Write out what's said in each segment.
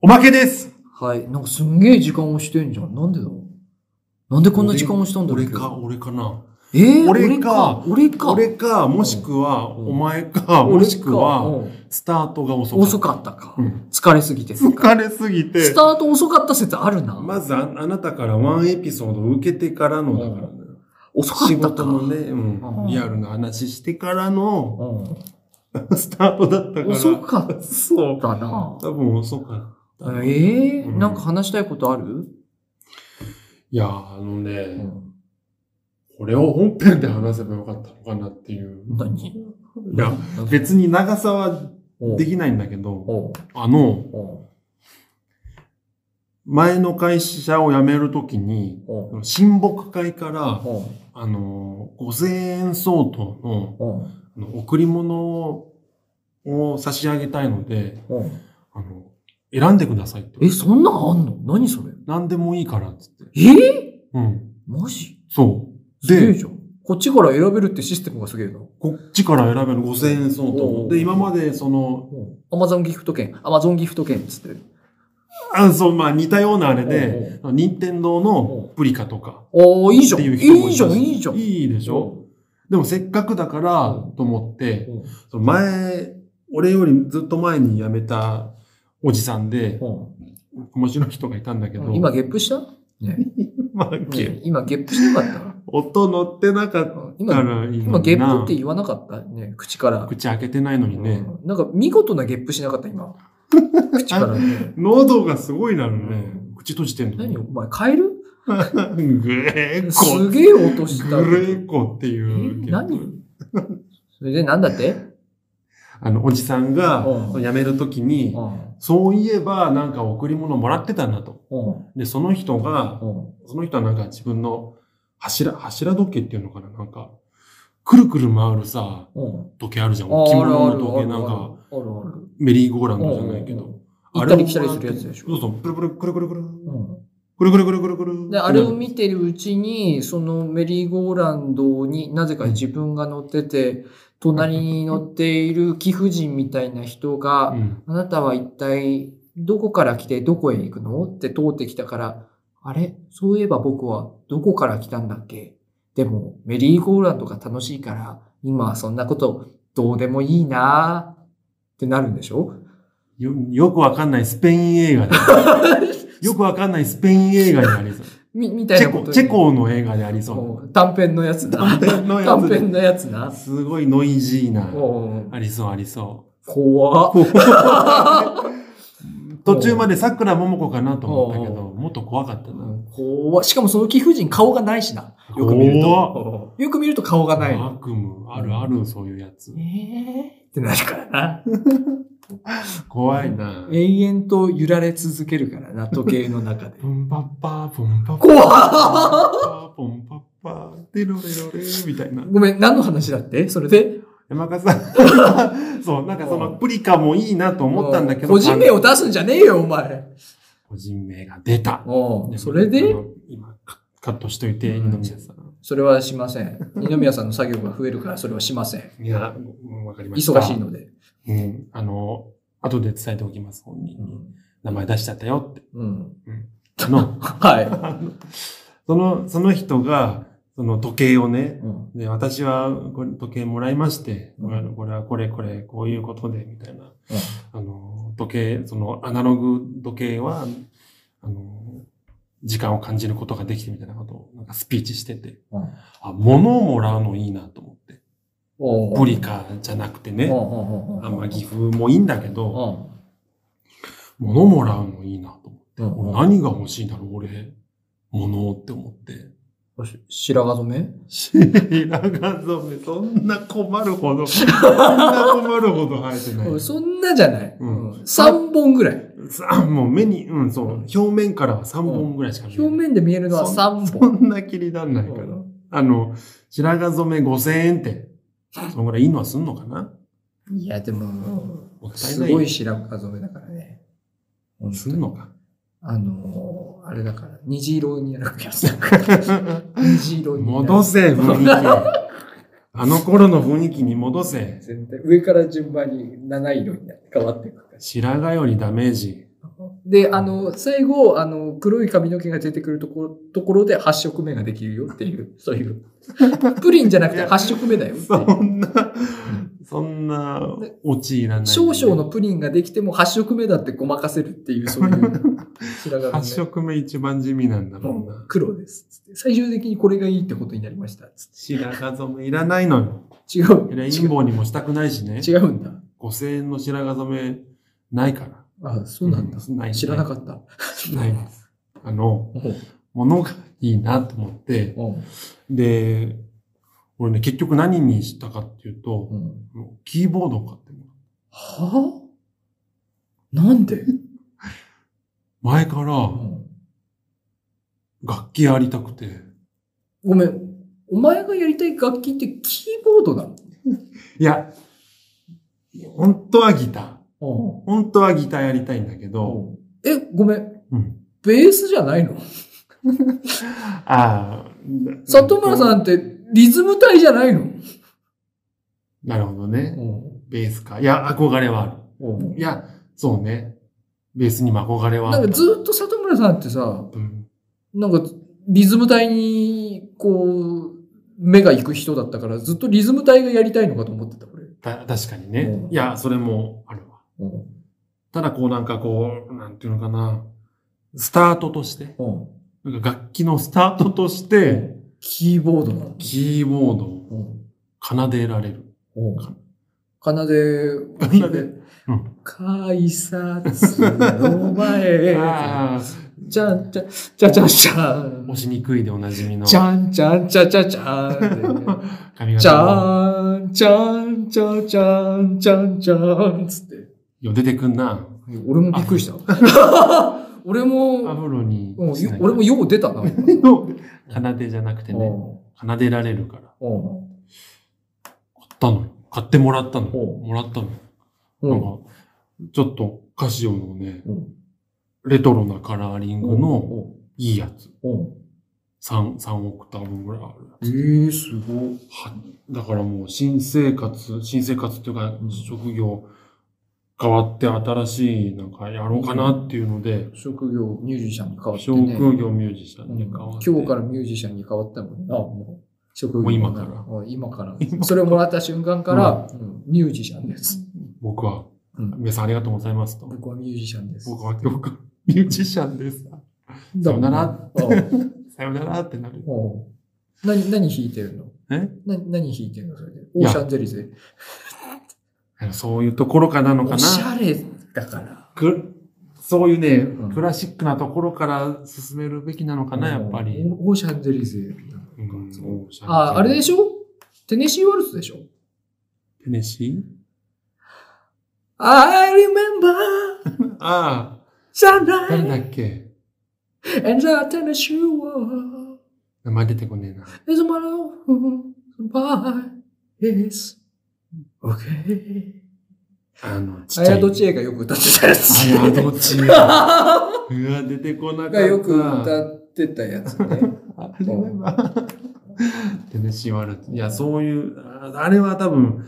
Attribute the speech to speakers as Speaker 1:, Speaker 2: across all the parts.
Speaker 1: おまけです
Speaker 2: はい。なんかすんげえ時間をしてんじゃん。なんでだなんでこんな時間をしたんだろう
Speaker 3: 俺か、俺かな。
Speaker 2: えー、
Speaker 3: 俺か
Speaker 2: 俺か。
Speaker 3: 俺か、もしくは、
Speaker 2: うん
Speaker 3: お前か、もしくは、
Speaker 2: うん
Speaker 3: スタートが遅かった。
Speaker 2: 遅かったか。
Speaker 3: うん
Speaker 2: 疲れすぎてすか。
Speaker 3: 疲れすぎて
Speaker 2: スタ、ート遅かった説あるな。
Speaker 3: まずああなたからワンエピソードを受けてからの、だからね
Speaker 2: 遅か
Speaker 3: 仕
Speaker 2: った
Speaker 3: 事
Speaker 2: か。
Speaker 3: のね、うん
Speaker 2: うん
Speaker 3: リアルな話してからの、
Speaker 2: う
Speaker 3: スタートだったか
Speaker 2: ん、
Speaker 3: ら。
Speaker 2: 遅かっ
Speaker 3: そう。
Speaker 2: たな。
Speaker 3: 多分遅かった。
Speaker 2: ええ
Speaker 3: うん
Speaker 2: なんか話したいことある、
Speaker 3: いや、あのね、
Speaker 2: うん、
Speaker 3: これを本編で話せばよかったのかなっていう。
Speaker 2: 何い
Speaker 3: いや、別に長さはできないんだけど、
Speaker 2: おう
Speaker 3: あの、
Speaker 2: おう
Speaker 3: 前の会社を辞めるときに、
Speaker 2: おう
Speaker 3: 親睦会から、
Speaker 2: おう
Speaker 3: あの、5000円相当の
Speaker 2: おう
Speaker 3: あの贈り物を差し上げたいので、
Speaker 2: おう
Speaker 3: あの、選んでくださいって。
Speaker 2: え、そんなんあんの何それ
Speaker 3: 何でもいいからっつって。
Speaker 2: えー、
Speaker 3: うん。
Speaker 2: マジ
Speaker 3: そう。
Speaker 2: すげえ
Speaker 3: で、
Speaker 2: じゃん。こっちから選べるってシステムがすげえな。
Speaker 3: こっちから選べる5000円相
Speaker 2: お
Speaker 3: 当。
Speaker 2: う
Speaker 3: で、今までその、
Speaker 2: アマゾンギフト券、アマゾンギフト券っつって。
Speaker 3: あそう、まあ似たようなあれ
Speaker 2: おう
Speaker 3: で、任天堂のプリカとか。
Speaker 2: おー、いいじゃ
Speaker 3: っ
Speaker 2: ん。
Speaker 3: てい
Speaker 2: い
Speaker 3: 人も
Speaker 2: うい
Speaker 3: い
Speaker 2: じゃ
Speaker 3: た
Speaker 2: ん、
Speaker 3: し
Speaker 2: いいじゃん。
Speaker 3: いいで
Speaker 2: で
Speaker 3: しょでもせっかくだから、と思って、
Speaker 2: うん
Speaker 3: その前、俺よりずっと前に辞めたおじさんで、面白い人がいたんだけど、
Speaker 2: 今、ゲップしたね。
Speaker 3: まあゲ
Speaker 2: ね今ゲップしてなかった
Speaker 3: 音乗ってなかった
Speaker 2: 今、
Speaker 3: らいいのにな
Speaker 2: 今ゲップって言わなかったね、口から。
Speaker 3: 口開けてないのにね。
Speaker 2: うんなんか見事なゲップしなかっ た、今。口からね。
Speaker 3: 喉がすごいなるね。
Speaker 2: うん
Speaker 3: 口閉じてんの
Speaker 2: 何お前、カエル
Speaker 3: グレー
Speaker 2: す
Speaker 3: コ。
Speaker 2: げえ音した。
Speaker 3: グレーコって
Speaker 2: え
Speaker 3: いう。
Speaker 2: 何それで何だって
Speaker 3: あの、おじさんが
Speaker 2: うん
Speaker 3: その辞めるときに
Speaker 2: う、ん
Speaker 3: そういえばなんか贈り物もらってたなと。
Speaker 2: うん
Speaker 3: で、その人が、
Speaker 2: うん
Speaker 3: その人はなんか自分の柱、柱時計っていうのかななんか、くるくる回るさ、
Speaker 2: うん
Speaker 3: 時計あるじゃん。
Speaker 2: あ
Speaker 3: 着
Speaker 2: ある
Speaker 3: 物
Speaker 2: あ
Speaker 3: の
Speaker 2: る
Speaker 3: 時
Speaker 2: あ
Speaker 3: 計
Speaker 2: る
Speaker 3: なんか、
Speaker 2: あるある。
Speaker 3: メリーゴーランドじゃないけ
Speaker 2: う
Speaker 3: ど。
Speaker 2: 行ったり来たりするやつでし
Speaker 3: そう
Speaker 2: ょ。
Speaker 3: そう、プルプル、くるくるくる。
Speaker 2: うん
Speaker 3: くるくるくるくるくる。
Speaker 2: で、あれを見てるうちに、そのメリーゴーランドになぜか自分が乗ってて、隣に乗っている貴婦人みたいな人
Speaker 3: う
Speaker 2: が、
Speaker 3: ん。
Speaker 2: あなたは一体どこから来てどこへ行くのって通ってきたから、あれそういえば僕はどこから来たんだっけでもメリーゴーランドが楽しいから、今はそんなことどうでもいいなーってなるんでしょ
Speaker 3: よ、よくわかんないスペイン映画で。 よくわかんないスペイン映画にありそう。
Speaker 2: み、みたい
Speaker 3: チ
Speaker 2: な
Speaker 3: ェ
Speaker 2: こと
Speaker 3: コ、チェ
Speaker 2: ェ
Speaker 3: コの映画でありそ
Speaker 2: 短編のやつ
Speaker 3: う。
Speaker 2: だ。
Speaker 3: 短編のや
Speaker 2: 短
Speaker 3: つ
Speaker 2: 編
Speaker 3: で。
Speaker 2: のやつな。
Speaker 3: すごいノイジーな。
Speaker 2: お
Speaker 3: ありそう、ありそう。
Speaker 2: 怖 っ。
Speaker 3: 途中まで桜桃子かなと思ったけど、
Speaker 2: お
Speaker 3: もっと怖かったな。
Speaker 2: 怖っ。しかもその貴婦人顔がないしな。よく見ると。よく見ると顔がないの。
Speaker 3: 悪夢、あるある、そういうやつ
Speaker 2: え。ーってなるからな。
Speaker 3: 怖いな。
Speaker 2: 永遠と揺られ続けるからな、時計の中で。
Speaker 3: ポンパッパー、ポンパッパー。
Speaker 2: 怖っ
Speaker 3: ポンパッパー、テロレロレみたいな。
Speaker 2: ごめん、何の話だってそれで
Speaker 3: 山川さ ん、そう、なんかそのプリカもいいなと思ったんだけど、
Speaker 2: 個人名を出すんじゃねえよ、お前。
Speaker 3: 個人名が出た。
Speaker 2: おうそれで
Speaker 3: あの今、カカットしといて、二
Speaker 2: うん
Speaker 3: 宮さん。
Speaker 2: それはしません。二宮さんの作業が増えるから、それはしません。
Speaker 3: いや、うんわかりました。
Speaker 2: 忙しいので。
Speaker 3: うん。あの、後で伝えておきます、本人に。名前出しちゃったよって。
Speaker 2: うん。
Speaker 3: あ の、
Speaker 2: は
Speaker 3: その、その人が、その時計を
Speaker 2: い。
Speaker 3: ね、
Speaker 2: うん
Speaker 3: で、私はこれ時計もらいまして、
Speaker 2: うん
Speaker 3: あのこれはこれこれ、こういうことで、みたいな。あの、時計、そのアナログ時計は、あの、時間を感じることができてみたいなことを、なんかスピーチしてて、
Speaker 2: うん
Speaker 3: あ、物をもらうのいいなと思って。
Speaker 2: おう
Speaker 3: プリカじゃなくてね、あんま岐阜もいいんだけど、物もらうのいいなと思って。俺何が欲しいんだろう、俺。物って思って。
Speaker 2: 白髪染め
Speaker 3: 白髪染め、そんな困るほど、そんな困るほど生えてない。
Speaker 2: うんそんなじゃない。
Speaker 3: うん
Speaker 2: うん3本ぐらい。
Speaker 3: さもう目に、うん、そう、表面からは3本ぐらいしか見えない。
Speaker 2: 表面で見えるのは3
Speaker 3: そ
Speaker 2: 本。
Speaker 3: んな切りなんないから。あの、白髪染め5000円って、そのぐらいいいのはすんのかない
Speaker 2: や、でも、
Speaker 3: もったい
Speaker 2: す
Speaker 3: ない。
Speaker 2: ごい白髪染めだからね。
Speaker 3: すんのか。
Speaker 2: あのー、あれだから、虹色になるや つだから。虹色になる。
Speaker 3: 戻せ、雰囲気。あの頃の雰囲気に戻せ。
Speaker 2: 全体上から順番に七色になって変わっていくか
Speaker 3: 白髪よりダメージ。
Speaker 2: ら。で、あの、最後、あの、黒い髪の毛が出てくるところ、ところで8色目ができるよって いう、そういう。プリンじゃなくて8色目だよっていう
Speaker 3: そんな、そんな、陥らない。
Speaker 2: 少々のプリンができても8色目だってごまかせるっていう、そういう白髪、ね。
Speaker 3: 発色目一番地味なんだろう
Speaker 2: う。
Speaker 3: なん
Speaker 2: 黒です。つって最終的にこれがいいってことになりました。つっ
Speaker 3: 白髪染めいらないのよ。
Speaker 2: て違う。
Speaker 3: レインボーにもしたくないしね。
Speaker 2: 違うんだ。
Speaker 3: 5000円の白髪染めないから。
Speaker 2: あ、そうなんだ。
Speaker 3: ない
Speaker 2: 知らなか
Speaker 3: っ
Speaker 2: った。
Speaker 3: ないです。あの、
Speaker 2: おう
Speaker 3: ものがいいなと思って、
Speaker 2: おう
Speaker 3: で、俺ね、結局何にしたかっていうと
Speaker 2: う、ん
Speaker 3: キーボードを買ってもらう
Speaker 2: はあな んで、
Speaker 3: 前から
Speaker 2: うん
Speaker 3: 楽器やりたくて、
Speaker 2: ごめん。お前がやりたい楽器ってキーボードなの
Speaker 3: いや、本当はギター。
Speaker 2: うん
Speaker 3: 本当はギターやりたいんだけど、
Speaker 2: え、ごめん。
Speaker 3: うん。
Speaker 2: ベースじゃないの
Speaker 3: ああ、
Speaker 2: 里村さ
Speaker 3: ん。
Speaker 2: んってリズム体じゃないの
Speaker 3: なるほどね。ベースか。いや、憧れはある。いや、そうね。ベースにも憧れはあ
Speaker 2: なん
Speaker 3: る。
Speaker 2: かずっと里村さんってさ、
Speaker 3: うん
Speaker 2: なんかリズム体に、こう、目が行く人だったから、ずっとリズム体がやりたいのかと思ってた、これ。
Speaker 3: た、確かにね。
Speaker 2: うん
Speaker 3: いや、それもあるわ。ただこうなんかこう、なんていうのかな。スタートとして、なんか楽器のスタートとして、
Speaker 2: キーボードなの
Speaker 3: キーボードを奏でられる。
Speaker 2: 奏で、
Speaker 3: 奏でうん
Speaker 2: 改札の前。
Speaker 3: ああ、
Speaker 2: じゃんじゃん、じゃじゃんじゃん。
Speaker 3: 押しにくいでおなじみの
Speaker 2: じゃんじゃんじゃじゃじゃん。
Speaker 3: 髪
Speaker 2: じゃ
Speaker 3: 型を。
Speaker 2: ーん、じゃーん、じゃーん、じゃーん、じゃーん、じゃーん、つって。
Speaker 3: よ、出てくんな。
Speaker 2: 俺もびっくりした。俺
Speaker 3: ア
Speaker 2: も、
Speaker 3: ブロに。
Speaker 2: うんよ俺もよう出たな。今
Speaker 3: 奏でじゃなくてね、
Speaker 2: お
Speaker 3: 奏でられるから。
Speaker 2: うお
Speaker 3: 買ったのよ。買ってもらったのよ。
Speaker 2: おう
Speaker 3: もらったのよ。
Speaker 2: う
Speaker 3: なん
Speaker 2: ん
Speaker 3: か、ちょっとカシオのね
Speaker 2: うん、
Speaker 3: レトロなカラーリングの
Speaker 2: お
Speaker 3: いいやつ。
Speaker 2: お
Speaker 3: 3、三オクターブぐらいある。
Speaker 2: えー、すごい。
Speaker 3: はだからもう新生活、新生活っていうか
Speaker 2: うん
Speaker 3: 職業変わって新しいなんかやろうかなっていうので、
Speaker 2: 職業、ミュージシャンに変わって
Speaker 3: 職
Speaker 2: ね。
Speaker 3: 業ミュージシャン
Speaker 2: うん
Speaker 3: に変わって。
Speaker 2: 今日からミュージシャンに変わったもんな、もう。職業
Speaker 3: もう今から
Speaker 2: うん今から。それをもらった瞬間から、うんミュージシャンです。
Speaker 3: 僕は、
Speaker 2: うん
Speaker 3: 皆さんありがとうございますと。
Speaker 2: 僕はミュージシャンです。
Speaker 3: 僕は今日からミュージシャンです。
Speaker 2: だもん
Speaker 3: さよなら。
Speaker 2: うん
Speaker 3: さよならってなる。
Speaker 2: おう何、何弾いてるの
Speaker 3: え
Speaker 2: な何弾いてるのそれで。オ
Speaker 3: や
Speaker 2: ーシャンゼリゼ。
Speaker 3: そういうところかなのか
Speaker 2: おし
Speaker 3: な。
Speaker 2: ゃれだから。
Speaker 3: くそういうね、
Speaker 2: うん
Speaker 3: クラシックなところから進めるべきなのかな、やっぱり。
Speaker 2: オーシャンゼリゼ。
Speaker 3: うんそう
Speaker 2: あ、あれでしょテネシーワルツでしょ
Speaker 3: テネシ
Speaker 2: ?I
Speaker 3: ー
Speaker 2: remember
Speaker 3: ああ、誰
Speaker 2: sunlight
Speaker 3: だっけ
Speaker 2: and the Tennessee war.
Speaker 3: 名前出てこねえな。
Speaker 2: It's a matter of who is okay.
Speaker 3: あの、ち
Speaker 2: あ
Speaker 3: っちゃ
Speaker 2: や
Speaker 3: い。
Speaker 2: どちえがよく歌ってたやつ。
Speaker 3: あやど ちえう
Speaker 2: が
Speaker 3: わ、出てこ なかった。
Speaker 2: よく歌ってたやつね。
Speaker 3: あれは、テネシーワルツ。いや、そういう、ああれは多分、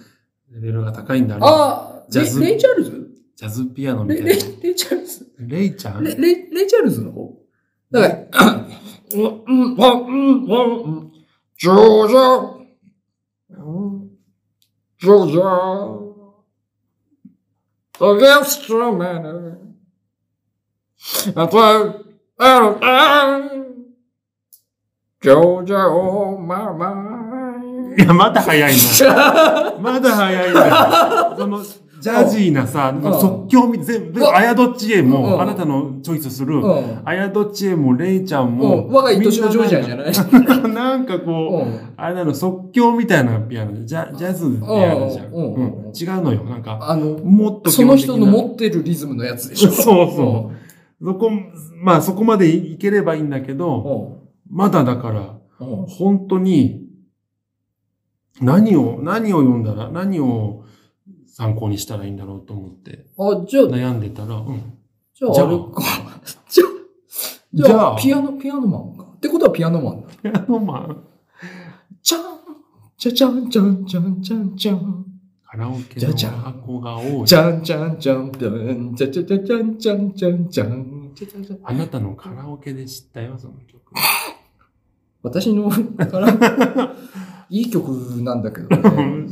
Speaker 3: レベルが高いんだろう。
Speaker 2: あ、
Speaker 3: ジャズ
Speaker 2: レレイチャールズ
Speaker 3: ジャズピアノみ
Speaker 2: レ
Speaker 3: たい
Speaker 2: レ
Speaker 3: な。
Speaker 2: レイチャールズ
Speaker 3: レイちゃん
Speaker 2: レレレイチャールズの方だから、うん、うん、うん、うん、うん、ジョージャー、
Speaker 3: うん
Speaker 2: ジョージャー、The Ghost of Manor, I thought, out of time, Georgia on my mind.
Speaker 3: いや、まだ早い な。まだ早いな。その、ジャジーなさ、即興み、全部、あやどちえ
Speaker 2: うん
Speaker 3: も、あなたのチョイスする、
Speaker 2: うん
Speaker 3: あやどちえも、レイちゃんも、
Speaker 2: もう、我が愛しのジョージアじゃ
Speaker 3: な
Speaker 2: ない
Speaker 3: いなんかこう、
Speaker 2: うん
Speaker 3: あれなの、即興みたいなピアノ、ジャジャズでやるじゃん。
Speaker 2: う
Speaker 3: う
Speaker 2: んうん
Speaker 3: ん違うのよ。なんか、
Speaker 2: あの、
Speaker 3: もっと
Speaker 2: その人の
Speaker 3: も
Speaker 2: 持ってるリズムのやつでし
Speaker 3: そ
Speaker 2: ょ
Speaker 3: うそう。そこ、まあそこまでいければいいんだけど、まだだから、
Speaker 2: うん。うん。
Speaker 3: 本当に、何を、何を読んだら、何を参考にしたらいいんだろうと思って、
Speaker 2: あ、じゃあ、
Speaker 3: 悩んでたら、うん
Speaker 2: じゃあ、
Speaker 3: じゃあ
Speaker 2: あれか。じゃあ、じ
Speaker 3: じ
Speaker 2: ゃ
Speaker 3: ゃ
Speaker 2: あ
Speaker 3: あ
Speaker 2: ピアノ、ピアノマンか。ってことはピアノマンだ。
Speaker 3: ピアノマン、
Speaker 2: じゃんじゃじゃんじゃんじゃんじゃんじゃん。
Speaker 3: あカラオケ
Speaker 2: じゃ
Speaker 3: の
Speaker 2: じゃん
Speaker 3: 箱が多い
Speaker 2: じ。ゃんじゃんじゃんじゃんじゃんじゃんじゃんじゃんじゃんじゃんじゃんじゃんじゃん
Speaker 3: あなたのカラオケで知ったよ、その曲。
Speaker 2: 私のから、いい曲なんだけどね。うん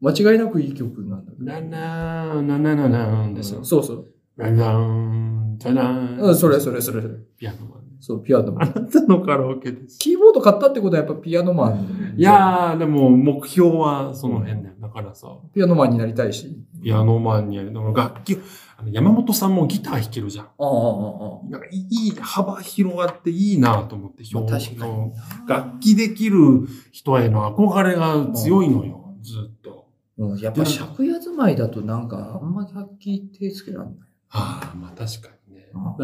Speaker 2: 間違いなくいい曲なんだけど。
Speaker 3: ランラーン、ランランランランでしょ。
Speaker 2: そうそう。
Speaker 3: ランラン、ランラン。
Speaker 2: うん、それそれそれ。
Speaker 3: ピアノマン。
Speaker 2: そう、ピアノマ
Speaker 3: あ
Speaker 2: ン。
Speaker 3: なたのカラオケです。
Speaker 2: キーボード買ったってことはやっぱピアノマン。
Speaker 3: いやー、でも目標はその辺だよ。だからさ、
Speaker 2: ピアノマンになりたいし。
Speaker 3: ピアノマンにやる。でも楽器、あの山本さんもギター弾けるじゃん。
Speaker 2: ああ、ああ、
Speaker 3: なんかいい、幅広がっていいなと思って、
Speaker 2: まあ
Speaker 3: 表
Speaker 2: 確かに
Speaker 3: の。楽器できる人への憧れが強いのよ、ずっと。
Speaker 2: うんやっぱ借家住まいだとなんかあんま楽器手つけらんない。
Speaker 3: ああ、まあ確かにね。
Speaker 2: あ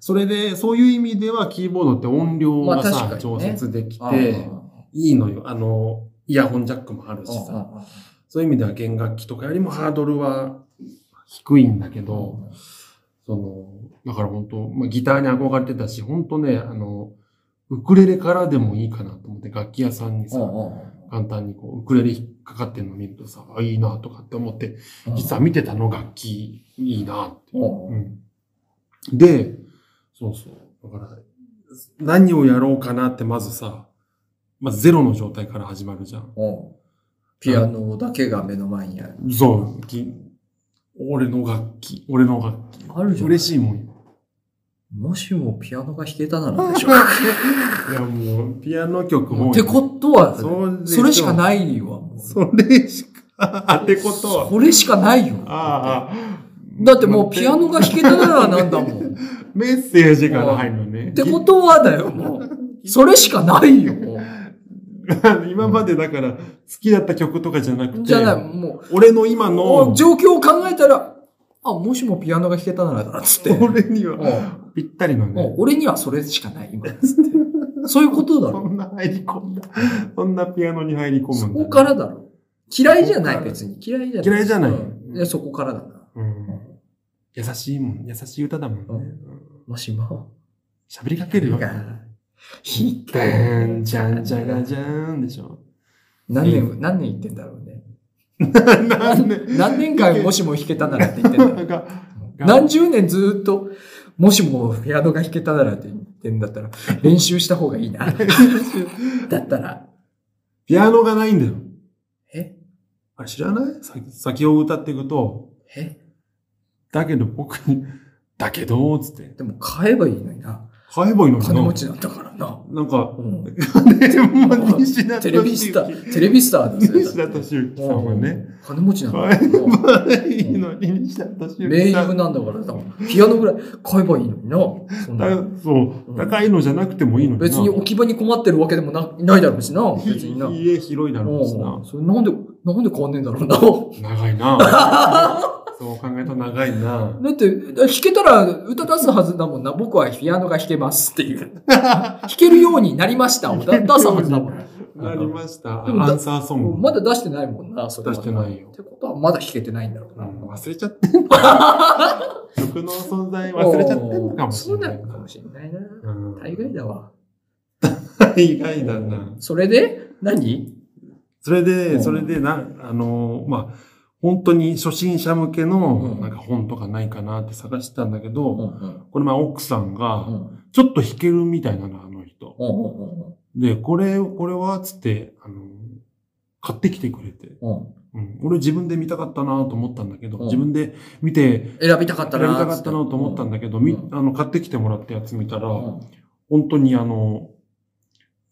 Speaker 3: それで、そういう意味ではキーボードって音量がさ、
Speaker 2: まあ確かに
Speaker 3: 調
Speaker 2: ね
Speaker 3: 節でき
Speaker 2: あ
Speaker 3: て、いいのよ。あの、イヤホンジャックもあるし
Speaker 2: あ
Speaker 3: さ。
Speaker 2: ああ
Speaker 3: そういう意味では弦楽器とかよりもハードルは低いんだけど、その、だから本当、まあ、ギターに憧れてたし、本当ね、あの、ウクレレからでもいいかなと思って楽器屋さんにさ、簡単にこう、ウクレレ引っかかってるの見るとさ、あ、いいなとかって思って、実は見てたの楽器いいなって。
Speaker 2: うん
Speaker 3: うんで、そうそう。だから、何をやろうかなってまずさ、まずゼロの状態から始まるじゃん。
Speaker 2: うんピアノだけが目の前にある。
Speaker 3: そう、き俺の楽器、俺の楽器。
Speaker 2: あるじゃん。
Speaker 3: 嬉しいも んよ。
Speaker 2: もしもピアノが弾けたならでしょ。
Speaker 3: いやもう、ピアノ曲も。
Speaker 2: ってことは、
Speaker 3: そう
Speaker 2: それしか
Speaker 3: い。
Speaker 2: ないわ。もう
Speaker 3: それしか、あってことは。
Speaker 2: それしかないよ。
Speaker 3: ああああ。
Speaker 2: だってもうピアノが弾けたならなんだもん。っ
Speaker 3: メッセージがないのね。
Speaker 2: てことはだよ、もう。それしかないよ。
Speaker 3: 今までだから、好きだった曲とかじゃなくて、
Speaker 2: じゃない、も
Speaker 3: 俺の今
Speaker 2: う、
Speaker 3: の、
Speaker 2: 状況を考えたら、あ、もしもピアノが弾けたならだ、つって。うん
Speaker 3: 俺にはぴったりの
Speaker 2: うん
Speaker 3: ね、
Speaker 2: 俺にはそれしかない、 今、つって。そういうことだ
Speaker 3: そ
Speaker 2: ろ。
Speaker 3: んな入り込んだ、そんなピアノに入り込む
Speaker 2: そ
Speaker 3: んだ。
Speaker 2: こからだろ。嫌いじゃな
Speaker 3: そこ
Speaker 2: い、
Speaker 3: から
Speaker 2: 別に。嫌いじゃない。
Speaker 3: 嫌いじゃない
Speaker 2: うんやそこからだな。
Speaker 3: うん優しいもん、優しい歌だもんね。
Speaker 2: うん
Speaker 3: うん
Speaker 2: もしも。
Speaker 3: 喋りかけるよ。
Speaker 2: 弾
Speaker 3: じゃん、じゃん、じゃがじゃーんでし ょ。
Speaker 2: 何年、何年言ってんだろうね。
Speaker 3: なんで、
Speaker 2: 何年間もしも弾けたならって言ってんだろ
Speaker 3: な
Speaker 2: う ん
Speaker 3: か、
Speaker 2: 何十年ずーっと、もしもピアノが弾けたならって言ってんだったら、練習した方がいいな。だったら、
Speaker 3: ピアノがないんだよ。
Speaker 2: え
Speaker 3: あれ知らないさ先を歌っていくと、
Speaker 2: え
Speaker 3: だけど僕に、だけど、つって。
Speaker 2: でも買えばいいのにな。
Speaker 3: 買えばいいのにな
Speaker 2: 金持ちなんだからな。
Speaker 3: なんか、
Speaker 2: うん
Speaker 3: ね、もう西田
Speaker 2: テレビスタ
Speaker 3: 敏行
Speaker 2: ー、 テレビスター
Speaker 3: 西
Speaker 2: です
Speaker 3: 田
Speaker 2: よ。
Speaker 3: 敏行さんはね、
Speaker 2: うん金持ちなんだ
Speaker 3: 可
Speaker 2: か
Speaker 3: 愛いい
Speaker 2: らな。
Speaker 3: いのに西田敏
Speaker 2: 名
Speaker 3: 行さ
Speaker 2: 優
Speaker 3: ん。
Speaker 2: なんだからさ、ピアノぐらい買えばいいのにな。そんな
Speaker 3: だそう、高いのじゃなくてもいいのにな。
Speaker 2: 別に置き場に困ってるわけでもなないだろうしな。別にな。
Speaker 3: い家広いだろうし
Speaker 2: うん
Speaker 3: な。
Speaker 2: それなんで、なんで変わんねえんだろうな。
Speaker 3: 長いな。そう考えたら長いな。
Speaker 2: だって、弾けたら歌出すはずだもんな。僕はピアノが弾けますっていう。弾けるようになりま した。をだ出すはずだもん。
Speaker 3: なりました。
Speaker 2: でも
Speaker 3: アンサーソング。
Speaker 2: まだ出してないもんな、それ
Speaker 3: 出してないよ
Speaker 2: ってことはまだ弾けてないんだろう
Speaker 3: う
Speaker 2: な。
Speaker 3: ん忘れちゃってんの曲の存在忘れちゃってんのかもしれない
Speaker 2: そうなのか
Speaker 3: な
Speaker 2: も。しれないな。
Speaker 3: うん
Speaker 2: 大概だわ。
Speaker 3: 大概だな。
Speaker 2: それで、何
Speaker 3: それ
Speaker 2: う
Speaker 3: で、
Speaker 2: ん
Speaker 3: それでな、あの、まあ、本当に初心者向け
Speaker 2: う
Speaker 3: の
Speaker 2: ん
Speaker 3: なんか本とかないかなって探してたんだけ
Speaker 2: うんう
Speaker 3: ど、
Speaker 2: ん
Speaker 3: これまあ奥さん
Speaker 2: うんう
Speaker 3: が、
Speaker 2: ん
Speaker 3: ちょっと弾けるみたいなの、あの人。
Speaker 2: うん
Speaker 3: で、これ、これは、つって、あの、買ってきてくれて。
Speaker 2: うん
Speaker 3: うん、俺自分で見たかったなと思ったんだけど、
Speaker 2: うん
Speaker 3: 自分で見て、
Speaker 2: 選びたかった
Speaker 3: や
Speaker 2: な
Speaker 3: りたかったなと思ったん
Speaker 2: だ
Speaker 3: だけど、み
Speaker 2: うん
Speaker 3: あの、買ってきてもらったやつ見たら、
Speaker 2: うん
Speaker 3: 本当にあの、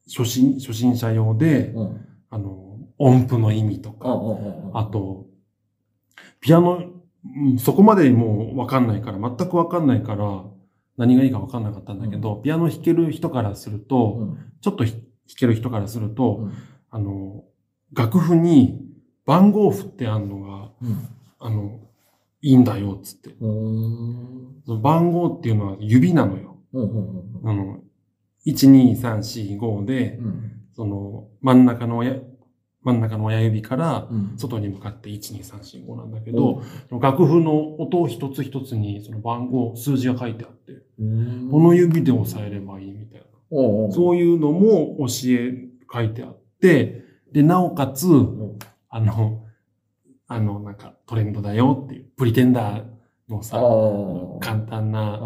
Speaker 3: 初心、初心者用で、
Speaker 2: うん
Speaker 3: あの、音符の意味と
Speaker 2: うんう
Speaker 3: か、
Speaker 2: んうんうん
Speaker 3: あと、ピアノ、うんそこまでもうわかんないから、全くわかんないから、何がいいかわかんなかったんだけど、ピアノ弾ける人からすると、
Speaker 2: うん
Speaker 3: ちょっとひ弾ける人からすると、
Speaker 2: うん
Speaker 3: あの、楽譜に番号振ってあんのが、あの、いいんだよ、つって。
Speaker 2: うん
Speaker 3: その番号っていうのは指なのよ。
Speaker 2: うんうん
Speaker 3: あの、1,2,3,4,5で
Speaker 2: う、ん
Speaker 3: その、真ん中の親、真ん中の親指から、
Speaker 2: うん
Speaker 3: 外に向かって1,2,3,4,5なんだけど、楽譜の音一つ一つにその番号、数字が書いてあって、
Speaker 2: うん
Speaker 3: この指で押さえればいいみたい
Speaker 2: おう
Speaker 3: な。
Speaker 2: おう
Speaker 3: そういうのも教え、書いてあって、で、なおかつ、あの、あの、なんかトレンドだよっていう、プリテンダーの
Speaker 2: あ
Speaker 3: さ、
Speaker 2: あ。
Speaker 3: 簡単な、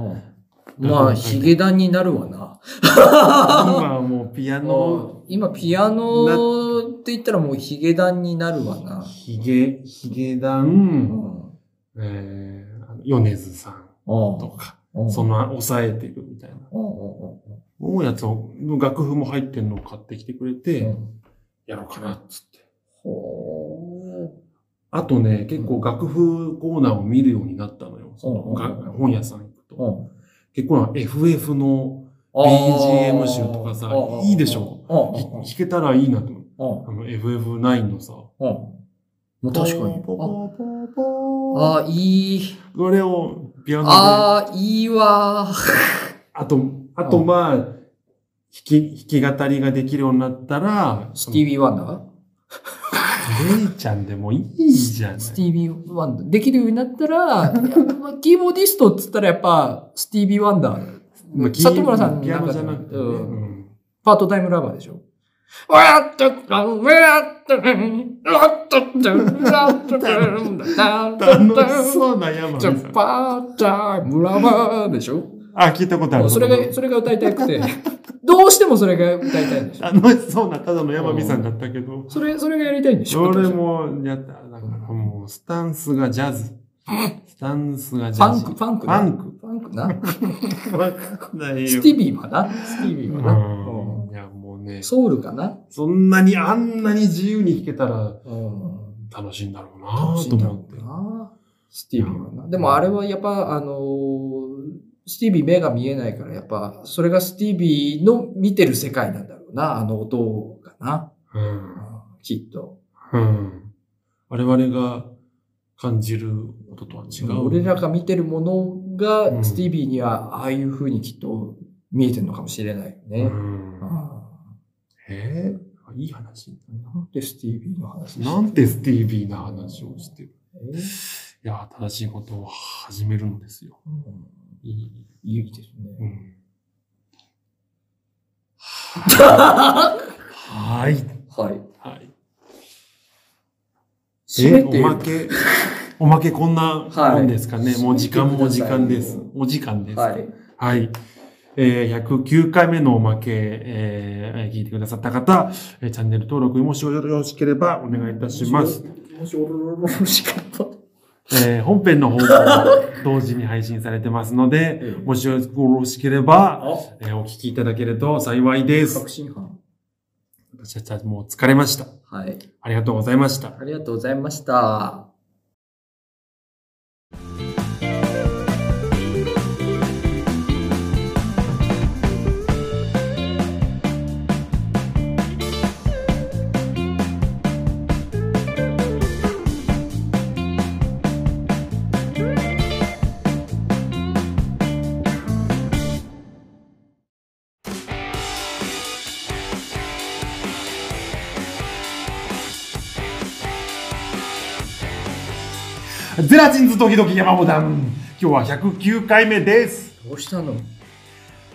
Speaker 2: まあ、ヒゲダンになるわな。
Speaker 3: 今はもうピアノ、
Speaker 2: 今、ピアノって言ったらもうヒゲダンになるわな。
Speaker 3: ヒゲ、ヒゲダ
Speaker 2: う
Speaker 3: ン、
Speaker 2: ん。
Speaker 3: えーあのヨネズさん
Speaker 2: うん
Speaker 3: とか、
Speaker 2: うん
Speaker 3: その抑えてるみたいな。
Speaker 2: うんうんうん
Speaker 3: 思うやつを、楽譜も入ってんのを買ってきてくれ
Speaker 2: う
Speaker 3: て、
Speaker 2: ん
Speaker 3: やろうかなっつって。
Speaker 2: ほ
Speaker 3: あとね、結構楽譜コーナーを見るようになったのよ。そのが本屋さん行く
Speaker 2: ーう
Speaker 3: と。
Speaker 2: ん
Speaker 3: 結構な FF の
Speaker 2: あー
Speaker 3: BGM 集とかさいいでしょひ弾けたらいいなと思う。
Speaker 2: うん
Speaker 3: あの FF9 のさ。
Speaker 2: うんうん。確かに。
Speaker 3: ポポポポポ
Speaker 2: ああ、いい。
Speaker 3: これをピアノで。あ
Speaker 2: ああ、いいわー。
Speaker 3: と、あと
Speaker 2: うん
Speaker 3: まあ、弾き、弾き語りができるようになったら、
Speaker 2: スティービー・ワンダー
Speaker 3: レイちゃんでもいいじゃない。
Speaker 2: スティービー・ワンダー。できるようになったら、いやまあキーボーディストっつったらやっぱ、スティービー・ワンダー。
Speaker 3: まあ
Speaker 2: 里村さん
Speaker 3: ピアノじゃなくてね。
Speaker 2: うん
Speaker 3: うん
Speaker 2: パートタイムラバーでしょ。わっとっと、わっとっと、わっとっと、わっとっと、わっと
Speaker 3: 楽し
Speaker 2: っと、
Speaker 3: そうな山
Speaker 2: じゃ
Speaker 3: さ
Speaker 2: あ
Speaker 3: ん。
Speaker 2: パータイムラバーでしょ
Speaker 3: あ、聞いたことあ
Speaker 2: もう
Speaker 3: る。
Speaker 2: それが、それが歌いたくて、どうしてもそれが歌いたいんでしょ。
Speaker 3: 楽しそうなただの山美さんだったけど。
Speaker 2: それ、それがやりたいんでしょ。
Speaker 3: それもやった。だからもう、スタンスがジャズ。スタンスがジ
Speaker 2: ファ
Speaker 3: ャ
Speaker 2: ン
Speaker 3: ズ。
Speaker 2: ク、ファンク
Speaker 3: ファ
Speaker 2: な。
Speaker 3: ンク。
Speaker 2: ファンクな。
Speaker 3: わかんない
Speaker 2: ス
Speaker 3: よ。
Speaker 2: ティービーはな。スティービーはな。
Speaker 3: うんいや、もう
Speaker 2: う
Speaker 3: ね
Speaker 2: ん、ソウルかな。
Speaker 3: そんなに、あんなに自由に弾けたら
Speaker 2: うん。
Speaker 3: 楽しいんだろうな
Speaker 2: 楽しい
Speaker 3: と
Speaker 2: んだ
Speaker 3: 思
Speaker 2: ろ
Speaker 3: っ
Speaker 2: う
Speaker 3: て。
Speaker 2: な。スティービーはな。でもあれはやっぱ、あのースティービー目が見えないから、やっぱ、それがスティービーの見てる世界なんだろうな。あの音がな。
Speaker 3: うん
Speaker 2: うんきっと。
Speaker 3: うん。我々が感じる音とは違う。
Speaker 2: 俺らが見てるものが、
Speaker 3: うん
Speaker 2: スティービーにはああいう風にきっと見えてるのかもしれないよ
Speaker 3: う
Speaker 2: ね。
Speaker 3: ん
Speaker 2: あ。
Speaker 3: えーいい話。
Speaker 2: あなんでスティービーの話してる
Speaker 3: なんてスティービーな話をしてる。
Speaker 2: え
Speaker 3: いや、新しいことを始めるんですよ。
Speaker 2: うん
Speaker 3: いい。
Speaker 2: いいです
Speaker 3: う
Speaker 2: ね。
Speaker 3: ん。はい。
Speaker 2: はい。
Speaker 3: はい。
Speaker 2: 締め
Speaker 3: お
Speaker 2: て、
Speaker 3: まけ、おまけこんなもんですかね。
Speaker 2: はい
Speaker 3: もう時間も時間で
Speaker 2: 締
Speaker 3: す
Speaker 2: めて。
Speaker 3: お時間です。
Speaker 2: はい。
Speaker 3: はい。えー、109回目のおまけ、えーえー聞いてくださった方、えーチャンネル登録、もしよろしければお願いいたします。。
Speaker 2: もしおろろろろしかった。
Speaker 3: えー本編の方も同時に配信されてますので、
Speaker 2: ええ
Speaker 3: もしよろしければ、
Speaker 2: あ、
Speaker 3: えーお聞きいただけると幸いです。
Speaker 2: 確信犯。
Speaker 3: 私たちはもう疲れました。
Speaker 2: はい。
Speaker 3: ありがとうございました。
Speaker 2: ありがとうございました。
Speaker 3: ゼラチンズドキドキ山ボタン。今日は109回目です。
Speaker 2: どうしたの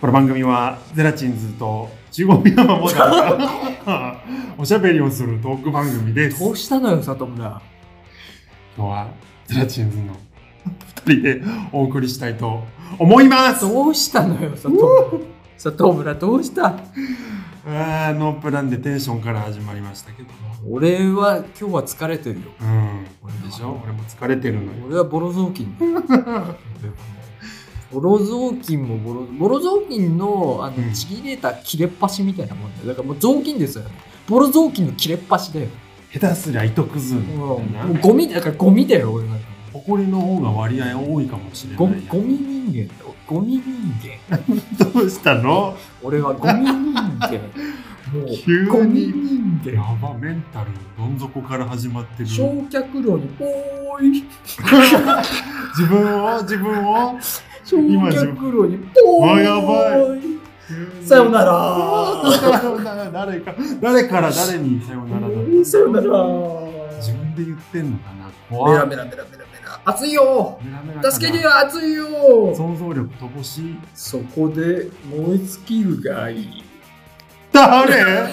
Speaker 3: この番組はゼラチンズと中国山モダン がおしゃべりをするトーク番組です。
Speaker 2: ど
Speaker 3: 今
Speaker 2: うしたのよ、里村。
Speaker 3: 日はゼラチンズの二人でお送りしたいと思います。
Speaker 2: どうしたのよ、里村。 里村、どうした
Speaker 3: あーノープランでテンションから始まりましたけど。
Speaker 2: 俺は今日は疲れてるよ。
Speaker 3: うん。俺でしょ俺も疲れてるのよ。
Speaker 2: 俺はボロ雑 巾。ボロ雑巾もボロ、ボロ雑巾の、あ
Speaker 3: う
Speaker 2: の、
Speaker 3: ん
Speaker 2: ちぎれた切れっ端みたいなもんだよ。だからもう雑巾ですよ。ボロ雑巾の切れっ端だよ。
Speaker 3: 下手すりゃ糸くずみたい
Speaker 2: も
Speaker 3: な。
Speaker 2: うゴミ、だからゴミだよ、俺は。
Speaker 3: ほこりの方が割合多いかもしれな
Speaker 2: ゴ
Speaker 3: い
Speaker 2: ミ、
Speaker 3: や。
Speaker 2: ゴミ人間だよ。ゴミ人間。
Speaker 3: どうしたの
Speaker 2: 俺はゴミ人 間。もう、
Speaker 3: 急
Speaker 2: ゴミ
Speaker 3: に。
Speaker 2: 人
Speaker 3: や
Speaker 2: 間。
Speaker 3: ば、メンタルのどん底から始まってる。
Speaker 2: 焼却炉に、ぽーい。
Speaker 3: 自分を自分を
Speaker 2: 焼
Speaker 3: 今自
Speaker 2: 却炉に、ぽーい。
Speaker 3: あやば
Speaker 2: さよなら。
Speaker 3: さよなら 誰か誰から誰にさよならだ
Speaker 2: さよなら。
Speaker 3: 自分で言ってんのかな
Speaker 2: メ
Speaker 3: 怖
Speaker 2: ラ
Speaker 3: い
Speaker 2: メラメラメラメラ。熱いよ
Speaker 3: メラメラかな
Speaker 2: 助けてよ、熱いよ
Speaker 3: 想像力乏しい
Speaker 2: そこで燃え尽きるがいい。
Speaker 3: 誰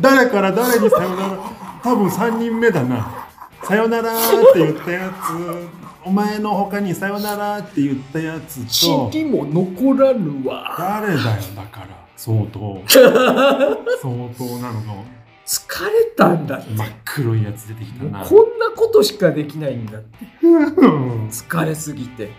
Speaker 3: 誰から誰にさよなら多分3人目だなさよならって言ったやつ、お前の他にさよならって言ったやつと、
Speaker 2: 塵も残らぬわ。
Speaker 3: 誰だよ、だから、相 当。相当なのが、
Speaker 2: 疲れたんだって。
Speaker 3: 真っ黒いやつ出てきた
Speaker 2: もう
Speaker 3: な。
Speaker 2: こんなことしかできないんだって。
Speaker 3: うん
Speaker 2: 疲れすぎて。
Speaker 3: いや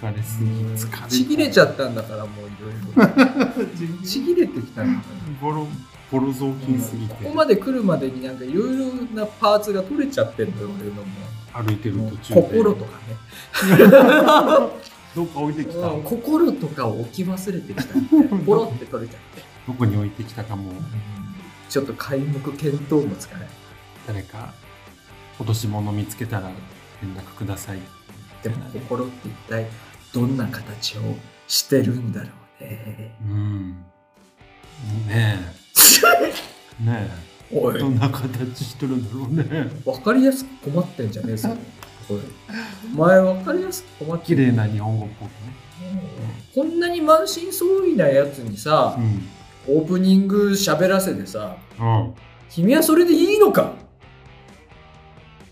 Speaker 3: ー疲れすぎ、疲れた
Speaker 2: ちぎれちゃったんだから、もういろいろ。ちぎれてきたんだから。
Speaker 3: ボロ、ボロ雑巾すぎ
Speaker 2: こ
Speaker 3: て
Speaker 2: こ、まで来るまでになんかいろいろなパーツが取れちゃってるのよ俺のも
Speaker 3: 歩いてる
Speaker 2: もう
Speaker 3: 途中で。
Speaker 2: 心とかね
Speaker 3: どっか置いてきた。
Speaker 2: うん
Speaker 3: ど
Speaker 2: 心とかを置き忘れてきたみたいなポロって取れちゃって
Speaker 3: こに置いてきたかも、
Speaker 2: ちょっと皆目見当もつかない
Speaker 3: 誰か、落とし物見つけたら連絡ください。
Speaker 2: でも心って一体どんな形をしてるんだろうね
Speaker 3: うん。ねえ。ね
Speaker 2: お
Speaker 3: え。
Speaker 2: い
Speaker 3: どんな形してるんだろうね。
Speaker 2: 分かりやすく困ってんじゃねえぞおいお前分かりやすく困って
Speaker 3: 綺
Speaker 2: る
Speaker 3: 麗な日本語っぽくね。
Speaker 2: こんなに満身創痍なやつにさ
Speaker 3: う
Speaker 2: オープニング喋らせてさ
Speaker 3: ん。うん。
Speaker 2: 君はそれでいいのか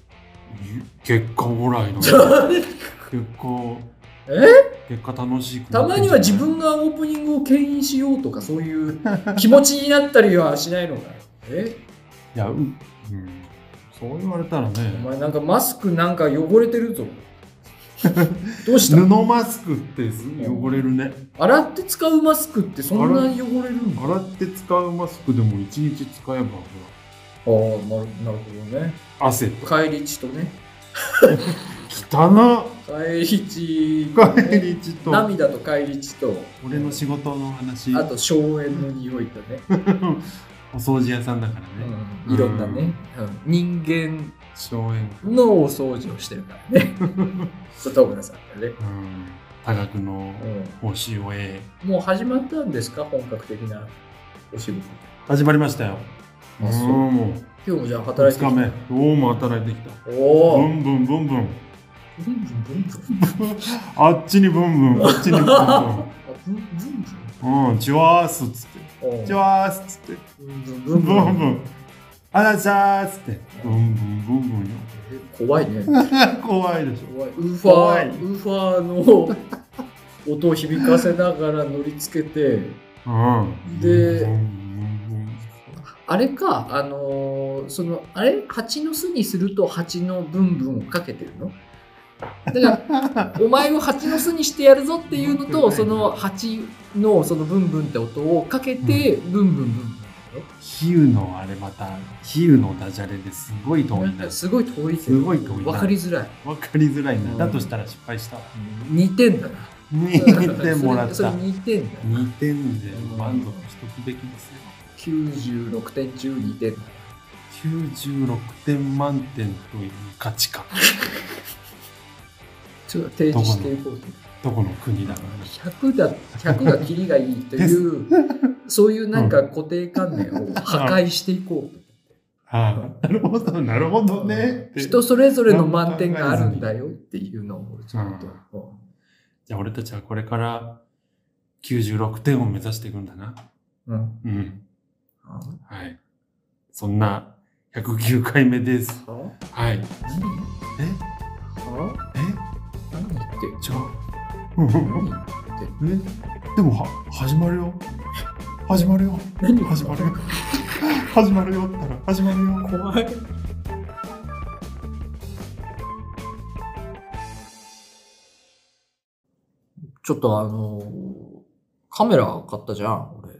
Speaker 3: 結果オーライの。結果、
Speaker 2: え
Speaker 3: 結果楽しい。
Speaker 2: たまには自。分がオープニングを牽引しようとかそういう気持ちになったりはしないのか よえ
Speaker 3: いや、う、うん。そう言われたら
Speaker 2: お
Speaker 3: ね。
Speaker 2: 前なんかマスクなんか汚れてるぞ どうした
Speaker 3: 布マスクってす汚れるね。
Speaker 2: 洗って使うマスクってそんな汚れるんだあ
Speaker 3: 洗って使うマスクでも一日使えば、ほ
Speaker 2: あーなるなるほどね
Speaker 3: ら。汗と。
Speaker 2: 返り血とね
Speaker 3: 汚っ
Speaker 2: 返り血
Speaker 3: 帰りちと。
Speaker 2: 涙と返り血と
Speaker 3: 俺の仕事の話。
Speaker 2: あと荘園の匂いとね、
Speaker 3: お掃除屋さんだからね。
Speaker 2: うんいろんなね、うん人間
Speaker 3: 荘園。
Speaker 2: のお掃除をしてるからね。外村さんがね、
Speaker 3: うん。多額の報酬を得、
Speaker 2: うんもう始まったんですか本格的なお仕事。
Speaker 3: 始まりましたよ。
Speaker 2: あそう
Speaker 3: も
Speaker 2: 今日もじゃあ
Speaker 3: う
Speaker 2: 働
Speaker 3: 2日
Speaker 2: いてき
Speaker 3: 目。どうも働いてきた。
Speaker 2: たお
Speaker 3: ブ
Speaker 2: お。
Speaker 3: ンブンブンブン。
Speaker 2: ブンブンブンブン。
Speaker 3: あっちにブンブン、こっちにブン
Speaker 2: あブンブン
Speaker 3: ブン。うん、チワースっつって。
Speaker 2: ブン。おー
Speaker 3: チワースっつって。
Speaker 2: ブンブンブ
Speaker 3: ブン
Speaker 2: ン
Speaker 3: ブ
Speaker 2: ブン。
Speaker 3: ン。あらちゃーっつって。ブンブンブンブンよ。
Speaker 2: 怖いね。
Speaker 3: 怖いでしょ。
Speaker 2: 怖い。ウーフ
Speaker 3: 怖
Speaker 2: ァ
Speaker 3: い
Speaker 2: ー、ウーファーの音を響かせながら乗りつけて、
Speaker 3: うん。ブ
Speaker 2: で
Speaker 3: ンブンブン
Speaker 2: あれか、あのーその、あれ蜂の巣にすると蜂のブンブンをかけてるのだから お前を蜂の巣にしてやるぞっていうのと、その蜂のそのブンブンって音をかけて、ブンブンブンブンだよ。
Speaker 3: 比喩のあれまた、比喩のダジャレですごい遠い
Speaker 2: な
Speaker 3: なん
Speaker 2: か。すごい遠いけ
Speaker 3: す
Speaker 2: ど、
Speaker 3: ごい遠いな。
Speaker 2: わかりづらい。
Speaker 3: わかりづらいな。
Speaker 2: うん
Speaker 3: だとしたら失敗したわ。
Speaker 2: 似てんだな。
Speaker 3: 2点もらっ
Speaker 2: それ
Speaker 3: た
Speaker 2: そ。れ似てんだな。
Speaker 3: 2点で満足しとくべきですよ。
Speaker 2: 96点中2点だな。
Speaker 3: 96点満点という価値観。
Speaker 2: ちょっと提示していこうと。
Speaker 3: どこの国だろ
Speaker 2: 100だ、100がキリがいいという、そういうなんか固定観念を破壊していこうと。
Speaker 3: うな。なるほど、なるほどね。って
Speaker 2: 人それぞれの満点があるんだよっていうのをちょっと。うん
Speaker 3: じゃあ俺たちはこれから96点を目指していくんだな。
Speaker 2: うん。
Speaker 3: うん。
Speaker 2: は
Speaker 3: はい。そんな109回目です。
Speaker 2: 何
Speaker 3: はい。え
Speaker 2: は
Speaker 3: え
Speaker 2: 何言って
Speaker 3: 違う。
Speaker 2: る
Speaker 3: うん
Speaker 2: 何言ってる
Speaker 3: えでもは始まるよ始まるよ
Speaker 2: 何
Speaker 3: 始まるよ始まるよったら始まるよ
Speaker 2: 怖いちょっとあのカメラ買ったじゃん俺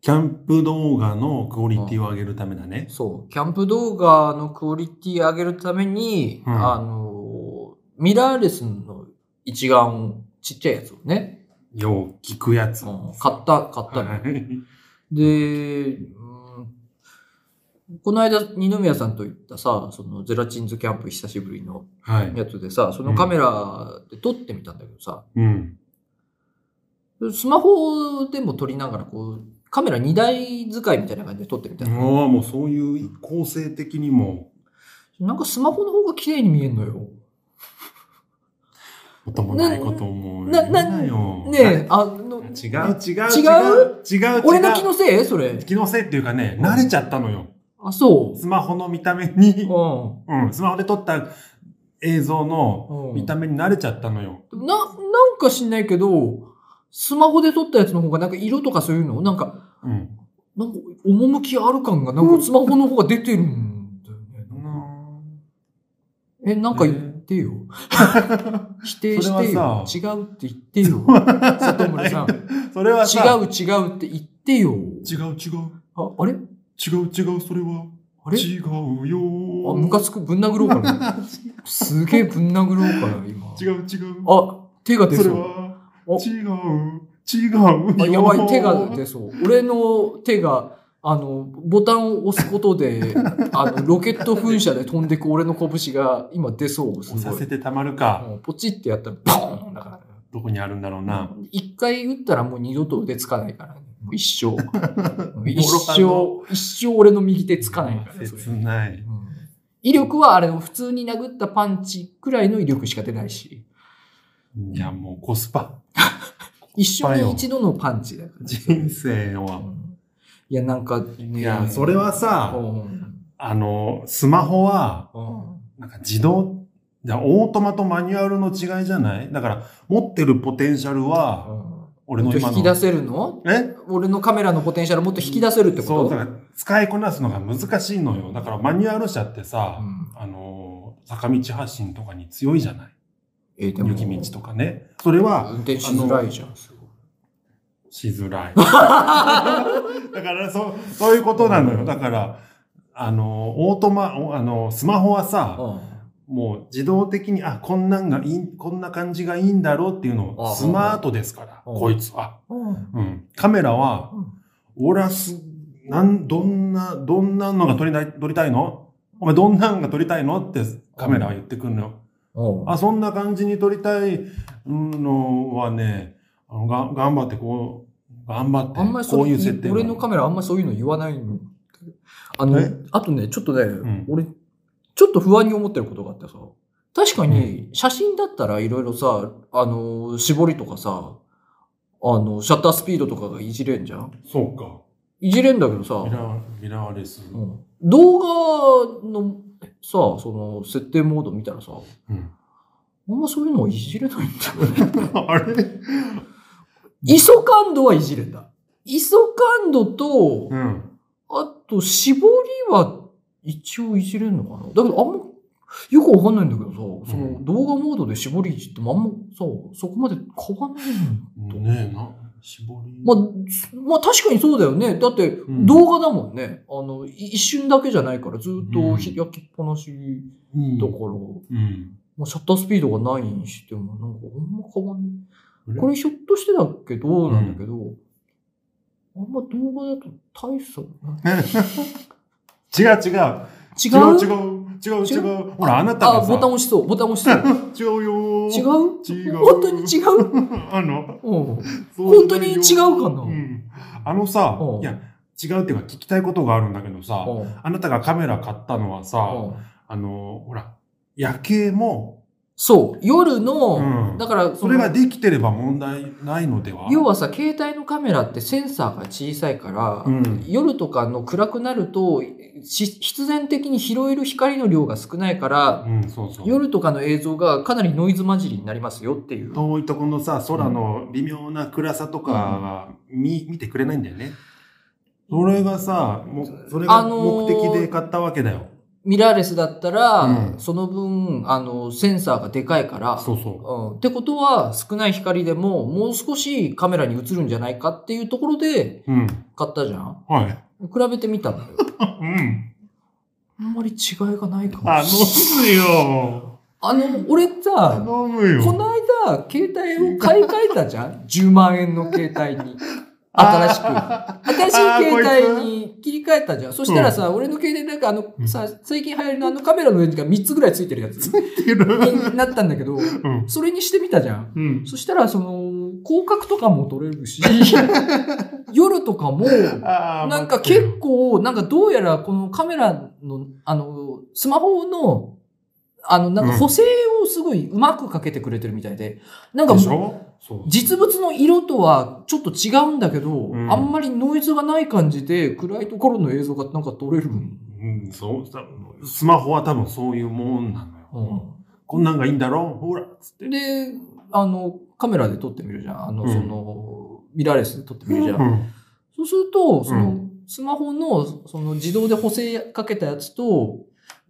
Speaker 3: キャンプ動画のクオリティを上げるためだね
Speaker 2: そうキャンプ動画のクオリティ上げるために、
Speaker 3: うん
Speaker 2: あのミラーレスの一眼をちっちゃいやつをね、
Speaker 3: よう聞くやつ
Speaker 2: うん買った買ったの、
Speaker 3: はい
Speaker 2: で、うん、この間二宮さんと行ったさ、そのゼラチンズキャンプ久しぶりの
Speaker 3: はい
Speaker 2: やつでさ、そのカメラで撮ってみたんだけどさ、
Speaker 3: うん
Speaker 2: スマホでも撮りながらこう、カメラ2台使いみたいな感じで撮ってみた
Speaker 3: ああ
Speaker 2: の
Speaker 3: もうそういう構成的にも
Speaker 2: なんかスマホの方が綺麗に見えんのよ。
Speaker 3: おともないこと思う
Speaker 2: なな
Speaker 3: 言うよ
Speaker 2: ねえ、あの、
Speaker 3: 違う違う
Speaker 2: 違
Speaker 3: 違う違う
Speaker 2: 俺の気のせいそれ。
Speaker 3: 気のせいっていうかね慣れちゃったのよ
Speaker 2: あ、そう。
Speaker 3: スマホの見た目に、
Speaker 2: う
Speaker 3: うん、スマホで撮った映像の
Speaker 2: ん。うん
Speaker 3: 見た目に慣れちゃったのよ。
Speaker 2: な、なんか知んないけど、スマホで撮ったやつの方がなんか色とかそういうのなんか、
Speaker 3: うん。
Speaker 2: なんか趣ある感がなんかスマホの方が出てるんだよね。え、なんか言ってよ。 否定
Speaker 3: そ
Speaker 2: して
Speaker 3: れは
Speaker 2: よ。
Speaker 3: さ
Speaker 2: 違うって言って よ。里村さん。
Speaker 3: それはさ、
Speaker 2: 違う違うって言っ てよ。
Speaker 3: 違う違う。
Speaker 2: あ、あれ
Speaker 3: 違う違う、それは。
Speaker 2: あれ
Speaker 3: 違うよ
Speaker 2: あ、ムカつく。ぶん殴ろうか な。すげえぶん殴ろうかな、今。
Speaker 3: 違う違う。
Speaker 2: あ、手が出
Speaker 3: それ
Speaker 2: そう。
Speaker 3: は
Speaker 2: お
Speaker 3: 違う。違う
Speaker 2: あ
Speaker 3: よ。
Speaker 2: やばい、手が出そう。俺の手が、あの、ボタンを押すことで、あの、ロケット噴射で飛んでく俺の拳が今出そう。す
Speaker 3: 押さ
Speaker 2: ごい
Speaker 3: せ。てたまるか。
Speaker 2: もうポチってやったら、ポーンだからね。
Speaker 3: どこにあるんだろうな。
Speaker 2: 一回打ったらもう二度と腕つかないからね。もう一生。 一
Speaker 3: も
Speaker 2: 生、一生俺の右手つかないからね、それ
Speaker 3: 切ない。
Speaker 2: うん威力はあれの普通に殴ったパンチくらいの威力しか出ないし、
Speaker 3: いや、もうコスパ。
Speaker 2: 一生
Speaker 3: コスパ
Speaker 2: に
Speaker 3: よ
Speaker 2: 一度のパンチだからね。
Speaker 3: 人生
Speaker 2: う
Speaker 3: は。
Speaker 2: んいや、なんかね。
Speaker 3: いや、それはさ
Speaker 2: う、ん
Speaker 3: あの、スマホは、
Speaker 2: うん
Speaker 3: なんか自動、じゃあオートマとマニュアルの違いじゃないだから、持ってるポテンシャルは、俺の
Speaker 2: もっと
Speaker 3: 今
Speaker 2: 引き出
Speaker 3: の。
Speaker 2: せるの
Speaker 3: え
Speaker 2: 俺のカメラのポテンシャルもっと引き出せるって
Speaker 3: そ
Speaker 2: こ
Speaker 3: う、だか
Speaker 2: と
Speaker 3: ら使いこなすのが難しいのよ。だからマニュアル車ってさ、
Speaker 2: うん
Speaker 3: あの、坂道発進とかに強いじゃない
Speaker 2: えーでも
Speaker 3: 雪道とかね。それは
Speaker 2: 運転しづらいじゃん。すごい
Speaker 3: しづら い。だから、そう、そういうことなのよ。だから、あの、オートマ、おあの、スマホはさ、
Speaker 2: う
Speaker 3: もう自動的に、あ、こんなんがいい、こんな感じがいいんだろうっていうの
Speaker 2: あ
Speaker 3: を、スマートですから、
Speaker 2: うん
Speaker 3: こいつは。
Speaker 2: んうん
Speaker 3: うん。カメラは
Speaker 2: うん、
Speaker 3: 俺はす、なん、どんな、どんなのが撮りたい、撮りたいのお前どんなんが撮りたいのってカメラは言ってくるのよ。
Speaker 2: うん
Speaker 3: あ、そんな感じに撮りたいのはね、あのが頑張ってこう、頑張って、
Speaker 2: あんまりそ
Speaker 3: こ
Speaker 2: れ
Speaker 3: ういう設定
Speaker 2: 俺のカメラあんまりそういうの言わないんだけどあの
Speaker 3: え、
Speaker 2: あとね、ちょっとね、
Speaker 3: ん
Speaker 2: 俺、ちょっと不安に思ってることがあってさ、確かに写真だったらいろいろさ、あの、絞りとかさ、あの、シャッタースピードとかがいじれんじゃん
Speaker 3: そうか。
Speaker 2: いじれんだけどさ、
Speaker 3: ミラー、ミラーレス。
Speaker 2: うん動画のさ、その、設定モード見たらさ、
Speaker 3: うん
Speaker 2: あんまそういうのはいじれないんだよ ね。
Speaker 3: あれ
Speaker 2: 磯感度はいじれた。磯感度と、
Speaker 3: うん。
Speaker 2: あと、絞りは一応いじれるのかなだけど、あんま、よくわかんないんだけどさ、その動画モードで絞りいじってもあんまさ、そこまで変わんないん
Speaker 3: ねえな、絞り。
Speaker 2: まあ、すまあ確かにそうだよね。だって
Speaker 3: ん
Speaker 2: 動画だもんね。あの、い一瞬だけじゃないからずっとひ焼きっぱなし
Speaker 3: うん
Speaker 2: だから、
Speaker 3: うん。
Speaker 2: まあ、シャッタースピードがないにしてもなんかあんま変わん
Speaker 3: あ
Speaker 2: ない。
Speaker 3: れ
Speaker 2: これひょっとしてだけど、なんだけど、あんま動画だと大差ない。
Speaker 3: 違う違う。違う違う。
Speaker 2: 違う
Speaker 3: 違う違
Speaker 2: 違う
Speaker 3: う。ほら、あなた
Speaker 2: あ、
Speaker 3: がさ
Speaker 2: ボタン押しそう。ボタン押しそう。
Speaker 3: 違うよ
Speaker 2: 違
Speaker 3: う。
Speaker 2: う
Speaker 3: 違う
Speaker 2: 本当に違う、
Speaker 3: あの、
Speaker 2: うん、
Speaker 3: そうじゃ
Speaker 2: 本当
Speaker 3: な
Speaker 2: に
Speaker 3: いよ
Speaker 2: 違うかな
Speaker 3: うん。あのさ
Speaker 2: うん、
Speaker 3: いや、違うっていうか聞きたいことがあるんだけどさ、
Speaker 2: うん
Speaker 3: あなたがカメラ買ったのはさ、
Speaker 2: うん
Speaker 3: あの、ほら、夜景も、
Speaker 2: そう。夜の、
Speaker 3: うん
Speaker 2: だから
Speaker 3: それができてれば問題ないのでは
Speaker 2: 要はさ、携帯のカメラってセンサーが小さいから、
Speaker 3: うん。
Speaker 2: 夜とかの暗くなると、し必然的に拾える光の量が少ないから、
Speaker 3: うん、そうそう。
Speaker 2: 夜とかの映像がかなりノイズ混じりになりますよっていう。
Speaker 3: 遠いとこのさ、空の微妙な暗さとかは見,、見てくれないんだよね。それがさ、もうそれ
Speaker 2: あ
Speaker 3: が
Speaker 2: の
Speaker 3: 目
Speaker 2: ー
Speaker 3: 的で買ったわけだよ。
Speaker 2: ミラーレスだったら、
Speaker 3: うん
Speaker 2: その分、あの、センサーがでかいから、
Speaker 3: そうそう。
Speaker 2: うん、ってことは、少ない光でも、もう少しカメラに映るんじゃないかっていうところで
Speaker 3: うん。
Speaker 2: 買ったじゃん
Speaker 3: はい。
Speaker 2: 比べてみたんだよ。
Speaker 3: うん。
Speaker 2: あんまり違いがないかも
Speaker 3: 頼
Speaker 2: しれない。
Speaker 3: むよ。
Speaker 2: あの、俺さ、
Speaker 3: 頼むよ。
Speaker 2: この間、携帯を買い替えたじ ゃん ?10 万円の携帯に。新しく。新しい携帯に切り替えたじゃん。そしたらさ、俺の携帯なんかあの、
Speaker 3: うん
Speaker 2: さ、最近流行りのあのカメラのレンズが3つぐらいついてるやつ
Speaker 3: てる。
Speaker 2: になったんだけど、
Speaker 3: うん。
Speaker 2: それにしてみたじゃん。
Speaker 3: うん。
Speaker 2: そしたら、その、広角とかも撮れ るし、夜とかも、
Speaker 3: あー
Speaker 2: なんか
Speaker 3: 待ってよ
Speaker 2: 結構、なんかどうやらこのカメラの、あの、スマホの、あの、なんか補正をすごいうまくかけてくれてるみたいで、なんか
Speaker 3: でしょそう。
Speaker 2: 実物の色とはちょっと違うんだけど、
Speaker 3: うん
Speaker 2: あんまりノイズがない感じで暗いところの映像がなんか撮れるん
Speaker 3: うん、そう、さスマホは多分そういうもんなのよ。こんなんがいいんだろほら、つって。
Speaker 2: で、あの、カメラで撮ってみるじゃん。あの、
Speaker 3: うん
Speaker 2: その、ミラーレスで撮ってみるじゃん。
Speaker 3: うん
Speaker 2: そうすると、そうの、スマホの、その自動で補正かけたやつと、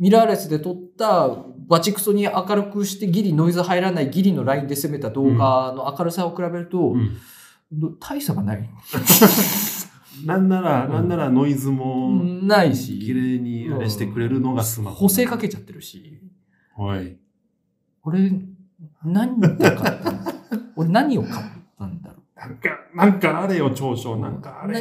Speaker 2: ミラーレスで撮った、バチクソに明るくしてギリノイズ入らないギリのラインで攻めた動画の明るさを比べると
Speaker 3: う、ん
Speaker 2: ど大差がない。
Speaker 3: なんなら、
Speaker 2: うん
Speaker 3: なんならノイズも、
Speaker 2: ない
Speaker 3: 綺
Speaker 2: し、
Speaker 3: 麗にあれしてくれるのがスマホ。
Speaker 2: 補正かけちゃってるし、
Speaker 3: はい。
Speaker 2: 俺、何を買ったんだ 俺何を買ったんだろう
Speaker 3: なんか、なんかあれよ、長所、なんかあれ。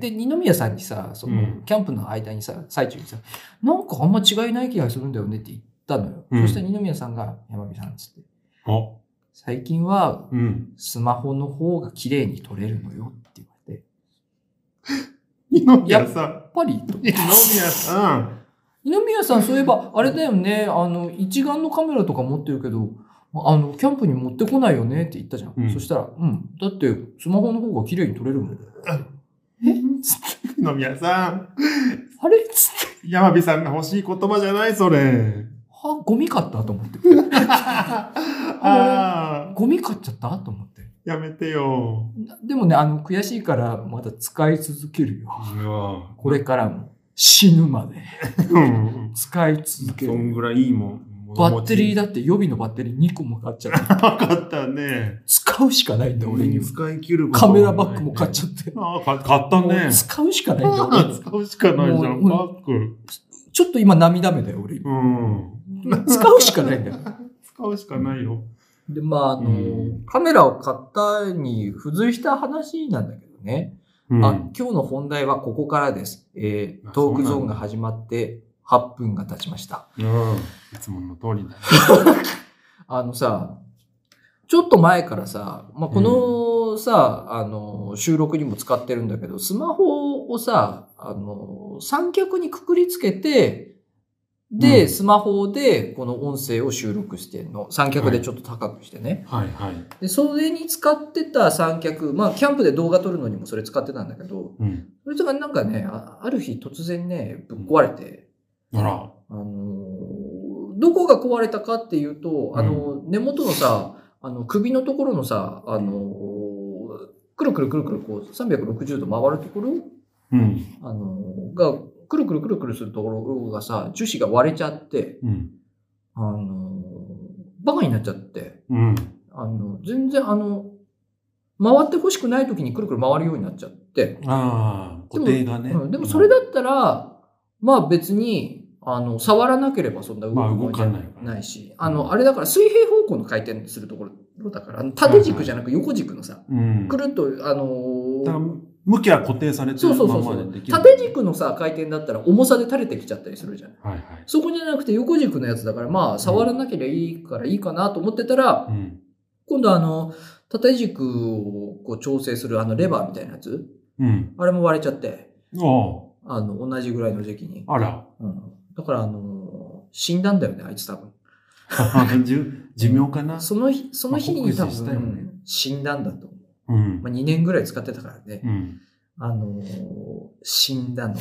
Speaker 2: で、二宮さんにさ、その、
Speaker 3: うん
Speaker 2: キャンプの間にさ、最中にさ、なんかあんま違いない気がするんだよねって言ったのよ。
Speaker 3: うん
Speaker 2: そしたら二宮さんが、山美さんっつって、
Speaker 3: お、
Speaker 2: 最近は
Speaker 3: うん。
Speaker 2: スマホの方が綺麗に撮れるのよって言われて、
Speaker 3: 二宮さん。
Speaker 2: やっぱりと。
Speaker 3: 二宮さん。
Speaker 2: 二宮さんそういえば、あれだよね、あの、一眼のカメラとか持ってるけど、あの、キャンプに持ってこないよねって言ったじゃん。
Speaker 3: うん
Speaker 2: そしたら、うん、だってスマホの方が綺麗に撮れるもん。えつって
Speaker 3: 二宮さん。
Speaker 2: あれつって。
Speaker 3: 山火さんが欲しい言葉じゃない、それ。
Speaker 2: はゴミ買ったと思って。
Speaker 3: ああ、
Speaker 2: ゴミ買っちゃったと思って。
Speaker 3: やめてよ。
Speaker 2: なでもね、あの、悔しいから、まだ使い続けるよ。これからも、死ぬまで、
Speaker 3: うん。
Speaker 2: 使い続け
Speaker 3: そん
Speaker 2: る。
Speaker 3: ぐらいいいもん。
Speaker 2: バッテリー
Speaker 3: だ。
Speaker 2: だって予備のバッテリー2個も買っちゃって、
Speaker 3: なかったね。
Speaker 2: 使うしかないんだ、俺には。
Speaker 3: 使い切る
Speaker 2: カメラバッグも買っちゃって。
Speaker 3: ゃああ、か買った
Speaker 2: も
Speaker 3: ね
Speaker 2: う。使うしかないんだ、俺には。
Speaker 3: 使うしかないじゃん、
Speaker 2: も
Speaker 3: バッグ。
Speaker 2: ちょっと今涙目だよ、俺に。
Speaker 3: うん。
Speaker 2: 使うしかないんだよ。
Speaker 3: 使うしかないよ。
Speaker 2: で、まあ、あ
Speaker 3: う
Speaker 2: の、
Speaker 3: ん
Speaker 2: カメラを買ったに付随した話なんだけどね。
Speaker 3: うん
Speaker 2: あ、今日の本題はここからです。えー
Speaker 3: あ
Speaker 2: トーク
Speaker 3: そうな
Speaker 2: ゾーン
Speaker 3: んだ
Speaker 2: が始まって8分が経ちました。
Speaker 3: うん。いつもの通りだね。
Speaker 2: あのさ、ちょっと前からさ、まあ、このさ、あの、収録にも使ってるんだけど、スマホをさ、あの、三脚にくくりつけて、で、
Speaker 3: うん
Speaker 2: スマホでこの音声を収録してんの。三脚でちょっと高くしてね。
Speaker 3: はいはい。
Speaker 2: で、それに使ってた三脚、まあ、キャンプで動画撮るのにもそれ使ってたんだけど、
Speaker 3: うん。
Speaker 2: それとかなんかね、あある日突然ね、ぶっ壊れて、
Speaker 3: あら。
Speaker 2: あのーどこが壊れたかっていうと、
Speaker 3: うん
Speaker 2: あの、根元のさ、あの、首のところのさ、あのーくるくるくるくるこう360度回るところ、
Speaker 3: うん。
Speaker 2: あのーが、くるくるくるくるするところがさ、樹脂が割れちゃって、
Speaker 3: うん。
Speaker 2: あのーバカになっちゃって、
Speaker 3: うん。
Speaker 2: あの、全然あの、回ってほしくない時にくるくる回るようになっちゃって。
Speaker 3: ああ、固定がね。
Speaker 2: うんでもそれだったら、まあ別に、あの、触らなければそんな動く
Speaker 3: まあ
Speaker 2: も
Speaker 3: 動
Speaker 2: んじ
Speaker 3: か
Speaker 2: ゃ
Speaker 3: ないから
Speaker 2: ないし、あの、あれだから水平方向の回転するところだから、あの縦軸じゃなく横軸のさ、
Speaker 3: うん
Speaker 2: く。るっと、あの
Speaker 3: だから
Speaker 2: ー
Speaker 3: 向きは固定されて
Speaker 2: そう
Speaker 3: る
Speaker 2: そうそ
Speaker 3: ま
Speaker 2: うそ
Speaker 3: まで
Speaker 2: う
Speaker 3: できる。
Speaker 2: 縦軸のさ、回転だったら重さで垂れてきちゃったりするじゃん。
Speaker 3: はいはい。
Speaker 2: そこじゃなくて横軸のやつだから、まあ触らなければいいからいいかなと思ってたら、
Speaker 3: うん。
Speaker 2: 今度あの、縦軸をこう調整するあのレバーみたいなやつ
Speaker 3: うん。
Speaker 2: あれも割れちゃって、
Speaker 3: あ
Speaker 2: あの、同じぐらいの時期に。
Speaker 3: あ、あら。
Speaker 2: うん、だからあのー死んだんだよね、あいつ多分。
Speaker 3: じゅ寿命かな
Speaker 2: その日、その日に
Speaker 3: ま
Speaker 2: 多
Speaker 3: あ酷似したよね
Speaker 2: 分、死んだんだと思う。
Speaker 3: うん
Speaker 2: ま。あ、2年ぐらい使ってたからね
Speaker 3: う。ん。
Speaker 2: あのー死んだの、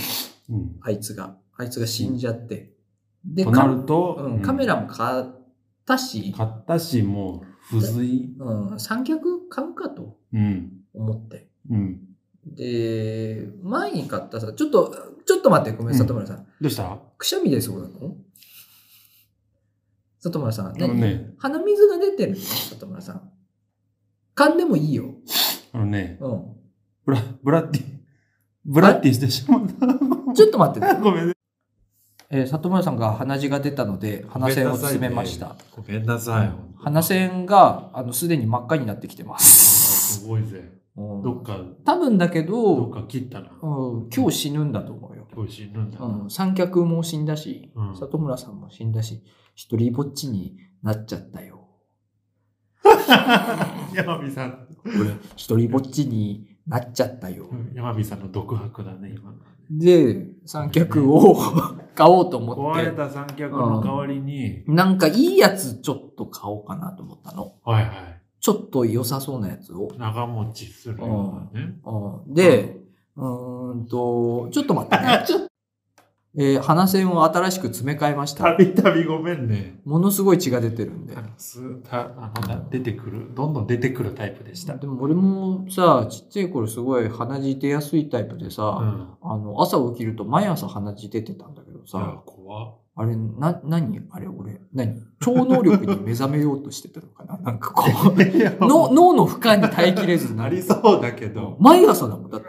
Speaker 3: うん。
Speaker 2: あいつが。あいつが死んじゃって。で、
Speaker 3: とな
Speaker 2: カ
Speaker 3: ると、
Speaker 2: うん、カメラも買ったし、
Speaker 3: 買ったし、もう、付随。
Speaker 2: うん、三脚買うかと
Speaker 3: うん。
Speaker 2: 思って。
Speaker 3: うん。
Speaker 2: で、前に買ったさ、ちょっと、ちょっと待って、ごめん、
Speaker 3: うん
Speaker 2: 里村さん。
Speaker 3: どうした
Speaker 2: くしゃみ出そうなの里村さん、
Speaker 3: あの
Speaker 2: 何、
Speaker 3: ね、
Speaker 2: 鼻水が出てるの里村さん。噛んでもいいよ。
Speaker 3: あのね、
Speaker 2: う
Speaker 3: ブラ、ブラッティ、ブラッティしてしまっ
Speaker 2: ん。ちょっと待って、
Speaker 3: た。ごめんね。
Speaker 2: えー里村さんが鼻血が出たので、鼻栓を詰めました。
Speaker 3: ごめんなさい。
Speaker 2: 鼻栓が、あの、すでに真っ赤になってきてます。
Speaker 3: すごいぜ。
Speaker 2: うん
Speaker 3: どっか、
Speaker 2: 多分だけ
Speaker 3: どっ
Speaker 2: ど、
Speaker 3: か切ったな。
Speaker 2: うん、今日死ぬんだと思うよ。
Speaker 3: 今日死ぬんだな。
Speaker 2: うん、三脚も死んだし、
Speaker 3: うん
Speaker 2: 里村さんも死んだし、一人ぼっちになっちゃったよ。
Speaker 3: 山火さん。
Speaker 2: 一人ぼっちになっちゃったよ。
Speaker 3: 山火さんの独白だね、今の。
Speaker 2: で、三 脚を買おうと思っ
Speaker 3: 壊れ
Speaker 2: て、
Speaker 3: た三脚の代わりに、
Speaker 2: なんかいいやつちょっと買おうかなと思ったの。
Speaker 3: はいはい。
Speaker 2: ちょっと良さそうなやつを。
Speaker 3: 長持ちするようなね。
Speaker 2: うんで、うーんと、ちょっと待ってね。えー鼻線を新しく詰め替えました。
Speaker 3: たびたびごめんね。
Speaker 2: ものすごい血が出てるんで。
Speaker 3: すたあのな出てくる、どんどん出てくるタイプでした。
Speaker 2: でも俺もさ、ちっちゃい頃すごい鼻血出やすいタイプで
Speaker 3: う
Speaker 2: さ、
Speaker 3: ん。
Speaker 2: あの、朝起きると毎朝鼻血出てたんだけど
Speaker 3: さあ
Speaker 2: さ、、
Speaker 3: 怖っ
Speaker 2: あれ、な、何あれ俺、何超能力に目覚めようとしてたのかな なんかこ う、
Speaker 3: いや
Speaker 2: の脳の負荷に耐えきれずに
Speaker 3: な
Speaker 2: な
Speaker 3: り
Speaker 2: る。
Speaker 3: そうだけど。
Speaker 2: 毎朝だもん、だって。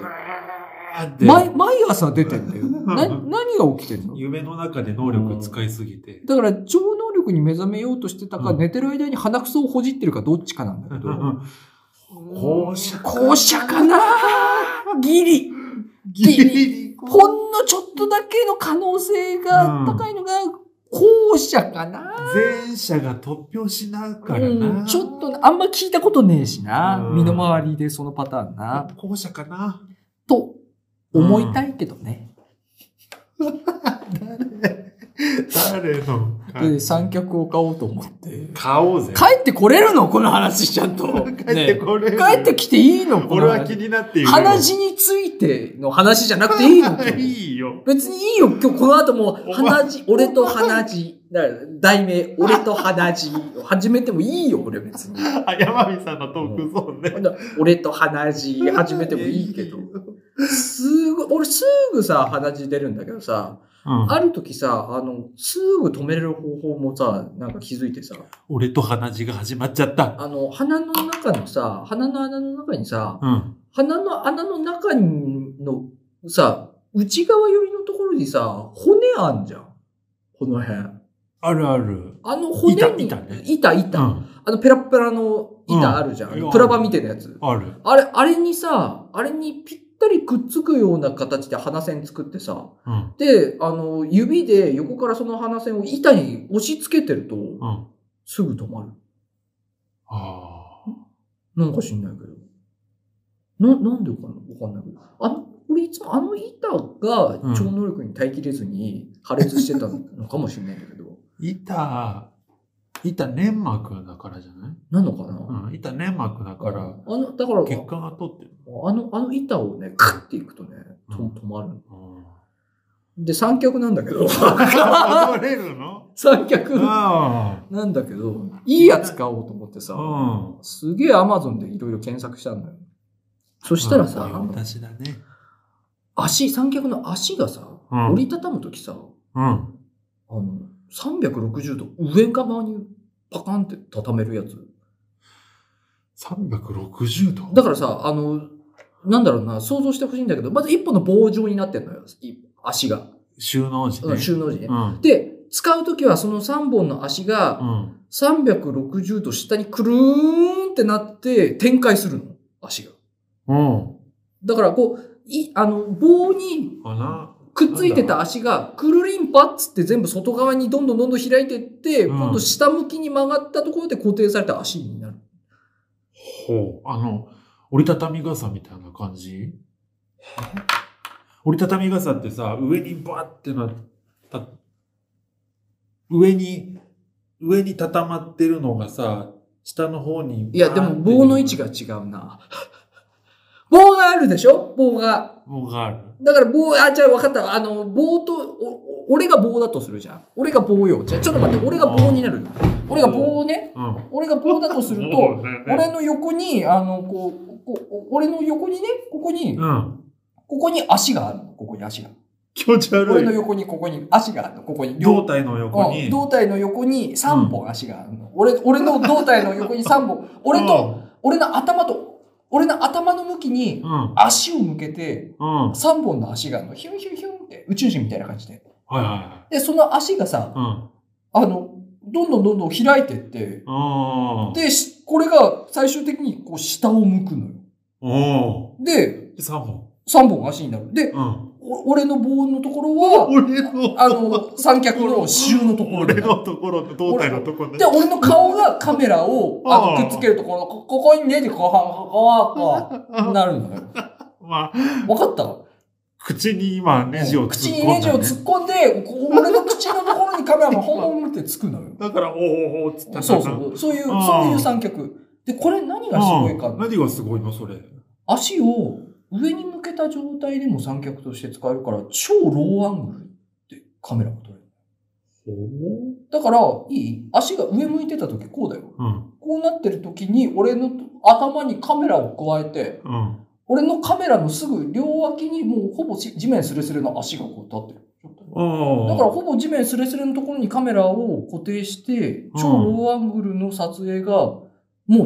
Speaker 3: あーって
Speaker 2: 毎、毎朝出てんだよ。な、何が起きてんの
Speaker 3: 夢の中で能力使いすぎて。
Speaker 2: だから超能力に目覚めようとしてたか、
Speaker 3: うん
Speaker 2: 寝てる間に鼻くそをほじってるかどっちかなんだけど。
Speaker 3: 校舎
Speaker 2: 校舎かなギリ。
Speaker 3: ギ
Speaker 2: リ
Speaker 3: リ
Speaker 2: ほんのちょっとだけの可能性が高いのが、校舎かな、
Speaker 3: 前者が突拍しなから
Speaker 2: う
Speaker 3: な。
Speaker 2: ん、ちょっと、あんま聞いたことねえしな。
Speaker 3: うん
Speaker 2: 身の回りでそのパターンな。
Speaker 3: 後者かな。
Speaker 2: と、思いたいけどね。
Speaker 3: 誰の
Speaker 2: で、三脚を買おうと思って。
Speaker 3: 買おうぜ。
Speaker 2: 帰ってこれるのこの話ちゃんと。
Speaker 3: 帰ってこれる
Speaker 2: ね帰ってきていいのこ
Speaker 3: 俺
Speaker 2: の
Speaker 3: は
Speaker 2: 話
Speaker 3: 気。になっている。
Speaker 2: 鼻血についての話じゃなくていいの
Speaker 3: いいよ。
Speaker 2: 別にいいよ、今日この後もう、
Speaker 3: お前
Speaker 2: 鼻血、俺と鼻血、だから題名、俺と鼻血を始めてもいいよ、俺別 に。
Speaker 3: あ、山美さんのトークゾーンね。
Speaker 2: 俺と鼻血始めてもいいけど。すぐ、俺すぐさ、鼻血出るんだけどさ、
Speaker 3: うん
Speaker 2: ある時さ、あの、すぐ止めれる方法もさ、なんか気づいてさ、
Speaker 3: 俺と鼻血が始まっちゃった。
Speaker 2: あの、鼻の中のさ、鼻の穴の中にさ、
Speaker 3: うん。
Speaker 2: 鼻の穴の中のさ、内側寄りのところにさ、骨あんじゃん。この辺。
Speaker 3: あるある。
Speaker 2: あの骨に、
Speaker 3: 板板ね
Speaker 2: 板、板
Speaker 3: うん。
Speaker 2: あのペラッペラの
Speaker 3: うん
Speaker 2: 板あるじゃん。あ
Speaker 3: い
Speaker 2: の
Speaker 3: や
Speaker 2: プラバンみたいなやつ。
Speaker 3: ある。
Speaker 2: あれ、あれにさ、あれにぴったりくっつくような形で鼻線作ってさ、
Speaker 3: うん。
Speaker 2: で、あの、指で横からその鼻線を板に押し付けてると、
Speaker 3: うん。
Speaker 2: すぐ止まる。
Speaker 3: ああ。
Speaker 2: なんか知んないけど。な、なんでかなわかんないけど。あの、俺いつもあの板が
Speaker 3: うん
Speaker 2: 超能力に耐えきれずに破裂してたのかもしれないんだけ ど。
Speaker 3: 板、板粘膜だからじゃない
Speaker 2: なのかな、
Speaker 3: うん。板粘膜だから、
Speaker 2: あの、だから、
Speaker 3: 血管が通ってる。
Speaker 2: あの、あの板をね、カッていくとね、と
Speaker 3: うん
Speaker 2: 止まるの。
Speaker 3: うん。
Speaker 2: で、三脚なんだけど、
Speaker 3: 戻れるの
Speaker 2: 三脚
Speaker 3: あ
Speaker 2: なんだけど、いいやつ買おうと思って
Speaker 3: あ。
Speaker 2: さ、
Speaker 3: うん。
Speaker 2: すげえアマゾンでいろいろ検索したんだよ。そしたらさ、あの
Speaker 3: 私だね。
Speaker 2: 足、三脚の足がさ、
Speaker 3: うん
Speaker 2: 折りたたむときさ、
Speaker 3: うん。
Speaker 2: あの、360度上側にパカンって畳めるやつ。
Speaker 3: 360度
Speaker 2: だからさ、あの、なんだろうな、想像してほしいんだけど、まず一本の棒状になってんのよ、い足が。
Speaker 3: 収納時
Speaker 2: う
Speaker 3: ね
Speaker 2: ん。収納時ね
Speaker 3: う。ん。
Speaker 2: で、使うときはその3本の足
Speaker 3: う
Speaker 2: が
Speaker 3: ん。
Speaker 2: 360度下にくるーんってなって展開するの。足が。
Speaker 3: うん。
Speaker 2: だからこう、い、あの、棒に
Speaker 3: かな。
Speaker 2: くっついてた足が、くるりんぱっつって全部外側にどんどんどんどん開いてって、
Speaker 3: うん
Speaker 2: 今度下向きに曲がったところで固定された足になる。
Speaker 3: ほう。あの、折りたたみ傘みたいな感じ折りたたみ傘ってさ、上にバーってなった、上に、上に畳まってるのがさ、下の方に。
Speaker 2: いや、でも棒の位置
Speaker 3: が。
Speaker 2: が違うな。 棒があるでしょ棒が。
Speaker 3: 棒がある。
Speaker 2: だから棒、あ、じゃあ分かった。あの、棒と、おお俺が棒だとするじゃん。俺が棒よ。じゃあちょっと待って、俺が棒になる。俺が棒をね、
Speaker 3: うん。
Speaker 2: 俺が棒だとす ると、俺の横に、あの、こう、こうお俺の横にね、ここに、
Speaker 3: うん。
Speaker 2: ここに足があるの。ここに足が。
Speaker 3: 気持ち
Speaker 2: 俺の
Speaker 3: 悪い。
Speaker 2: 横に、ここに足があるの。ここに。
Speaker 3: 胴体の横
Speaker 2: う
Speaker 3: に。
Speaker 2: ん胴体の横に3本足があるの。俺、俺の胴体の横に3本。俺と、俺の頭と、俺の頭の向きに
Speaker 3: うん。うん。
Speaker 2: 足を向けて、
Speaker 3: うん。はい
Speaker 2: 3本の足があるの。ヒュンヒュンヒュンって、宇宙人みたいな感じで。
Speaker 3: はいは
Speaker 2: で、その足がさ
Speaker 3: い。、うん。
Speaker 2: あの、どんどんどんどん開いてって、
Speaker 3: あー
Speaker 2: で、しこれが最終的にこう下を向くのよ。
Speaker 3: お
Speaker 2: で、
Speaker 3: ー。3本。
Speaker 2: 3本足になる。で、
Speaker 3: うん。
Speaker 2: お俺の棒のところは、
Speaker 3: 俺の
Speaker 2: あの、三脚の支柱のところ
Speaker 3: 俺のところと胴体のところ
Speaker 2: で、俺の顔がカメラをあ
Speaker 3: あー
Speaker 2: くっつけるところ、こここにねじ、こはこはこはなるのよ。
Speaker 3: まあ、
Speaker 2: わかった
Speaker 3: 口に今、ネジを突っ込んだ、ね。
Speaker 2: 口にネジを突っ込んで、こう俺の口のところにカメラがホンホンってつくのよ。
Speaker 3: だから、おーおーおーっつった
Speaker 2: そうそう。そういう、
Speaker 3: あー
Speaker 2: そういう三脚。で、これ何がすごいかって
Speaker 3: 何がすごいのそれ。
Speaker 2: 足を上に向けた状態でも三脚として使えるから、超ローアングルって
Speaker 4: カメラも撮れる。
Speaker 3: ほ
Speaker 4: だから、いい足が上向いてた時こうだよ。
Speaker 3: う。うん。
Speaker 4: こうなってる時に、俺の頭にカメラを加えて、
Speaker 3: うん。
Speaker 4: 俺のカメラのすぐ両脇にもうほぼし地面スレスレの足がこう立ってる。だから
Speaker 3: あ
Speaker 4: ほぼ地面スレスレのところにカメラを固定して、超ローアングルの撮影がも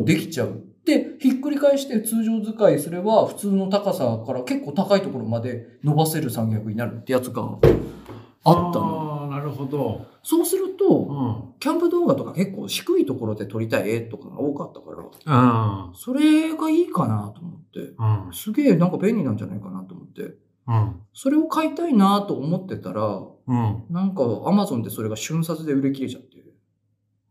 Speaker 4: うできちゃう。で、ひっくり返して通常使いすれば普通の高さから結構高いところまで伸ばせる三脚になるってやつがあったの。
Speaker 3: ああ、なるほど。
Speaker 4: そうする
Speaker 3: う
Speaker 4: と、
Speaker 3: ん。
Speaker 2: キャンプ動画とか結構低いところで撮りたい絵とかが多かったから、
Speaker 3: うん。
Speaker 2: それがいいかなと思って、
Speaker 3: うん。
Speaker 2: すげえなんか便利なんじゃないかなと思って、
Speaker 3: うん。
Speaker 2: それを買いたいなと思ってたら、
Speaker 3: うん。
Speaker 2: なんか Amazon でそれが瞬殺で売り切れちゃって。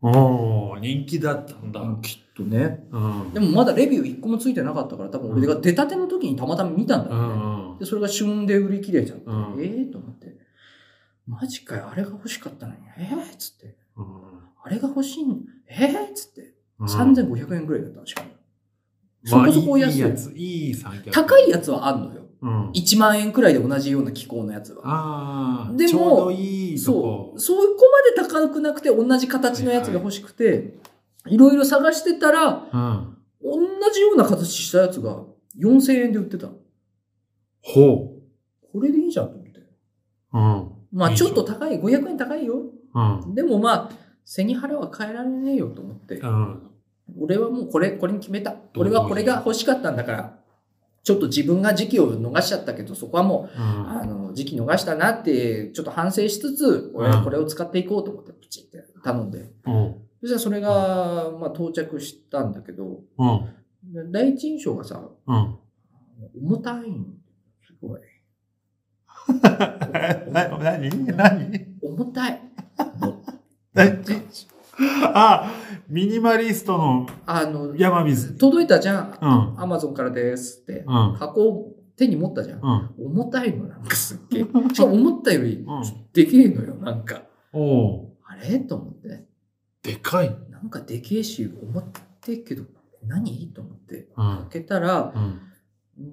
Speaker 3: おお人気だったんだ。
Speaker 2: うんきっとね。
Speaker 3: うん。
Speaker 2: でもまだレビュー一個もついてなかったから、多分俺が出たての時にたまたま見たんだ
Speaker 3: う
Speaker 2: よね。
Speaker 3: ん。
Speaker 2: で、それが旬で売り切れちゃって、
Speaker 3: うん
Speaker 2: ええと思って、マジかよ、あれが欲しかったのに、ええっつって、あれが欲しいの、ええっつって、
Speaker 3: うん。
Speaker 2: 3500円ぐらいだったのしかも。そ
Speaker 3: まあ
Speaker 2: こそこ安い。
Speaker 3: いいやつ、いい三脚。
Speaker 2: 高いやつはあんのよ。
Speaker 3: うん。
Speaker 2: 1万円くらいで同じような機構のやつは。
Speaker 3: ああ、
Speaker 2: でも
Speaker 3: ちょうどいいとこ
Speaker 2: そう。。そこまで高くなくて、同じ形のやつが欲しくて、いろいろ探してたら、
Speaker 3: うん。
Speaker 2: 同じような形したやつが4000円で売ってた。
Speaker 3: ほ
Speaker 2: これでいいじゃんと思って。
Speaker 3: う。うん。
Speaker 2: ま
Speaker 3: い
Speaker 2: あ
Speaker 3: い
Speaker 2: ち
Speaker 3: じゃ
Speaker 2: ょ
Speaker 3: ん
Speaker 2: っと高い、500円高いよ。
Speaker 3: うん。
Speaker 2: でもまあ、背に腹は変えられねえよと思って
Speaker 3: う、ん。
Speaker 2: 俺はもうこれ、これに決めた。
Speaker 3: どう
Speaker 2: 俺はこれが欲しかったんだから、ちょっと自分が時期を逃しちゃったけど、そこはも
Speaker 3: う
Speaker 2: う、
Speaker 3: ん。
Speaker 2: あの、時期逃したなって、ちょっと反省しつつ、俺はこれを使っていこうと思って、プチって頼んで。
Speaker 3: うん。
Speaker 2: そしたらそれが、まあ到着したんだけど、
Speaker 3: うん。
Speaker 2: 第一印象がさ、
Speaker 3: うん。
Speaker 2: 重たいんす ごい。
Speaker 3: なになに
Speaker 2: 重たい。
Speaker 3: あ、ミニマリストの
Speaker 2: あの、
Speaker 3: 山水。
Speaker 2: 届いたじゃん。
Speaker 3: うん。
Speaker 2: アマゾンからですって。
Speaker 3: うん。
Speaker 2: 箱を手に持ったじゃん。
Speaker 3: うん。
Speaker 2: 重たいのなんかすっ げえ。しかも思ったより
Speaker 3: うん
Speaker 2: でけえのよ、なんか。
Speaker 3: おお。
Speaker 2: あれと思って。
Speaker 3: でかい。
Speaker 2: なんかでけえし、思ってっけど、何と思って。
Speaker 3: うん。
Speaker 2: 開けたら、
Speaker 3: うん。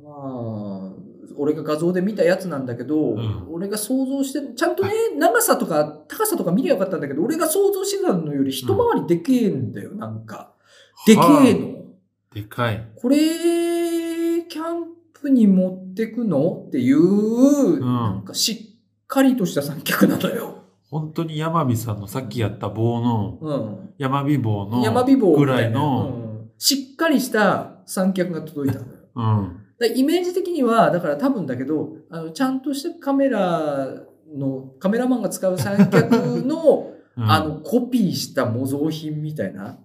Speaker 2: まあ、俺が画像で見たやつなんだけど、
Speaker 3: ん
Speaker 2: 俺が想像して、ちゃんとね、長さとか高さとか見りゃよかったんだけど、俺が想像してたのより一回りでけえんだよ、なんか。でけえの。
Speaker 3: でかい。
Speaker 2: これ、キャンプに持ってくのっていう、
Speaker 3: ん
Speaker 2: なんかしっかりとした三脚なのよ。
Speaker 3: 本当に山火さんのさっきやった棒の、
Speaker 2: うん。
Speaker 3: 山火棒の、
Speaker 2: 山火棒
Speaker 3: ぐ
Speaker 2: み
Speaker 3: ら
Speaker 2: た
Speaker 3: い
Speaker 2: いな
Speaker 3: の、
Speaker 2: うんしっかりした三脚が届いたのよ。
Speaker 3: うん。
Speaker 2: だからイメージ的には、だから多分だけど、あの、ちゃんとしたカメラの、カメラマンが使う三脚の、
Speaker 3: うん
Speaker 2: あ、の、コピーした模造品みたいな、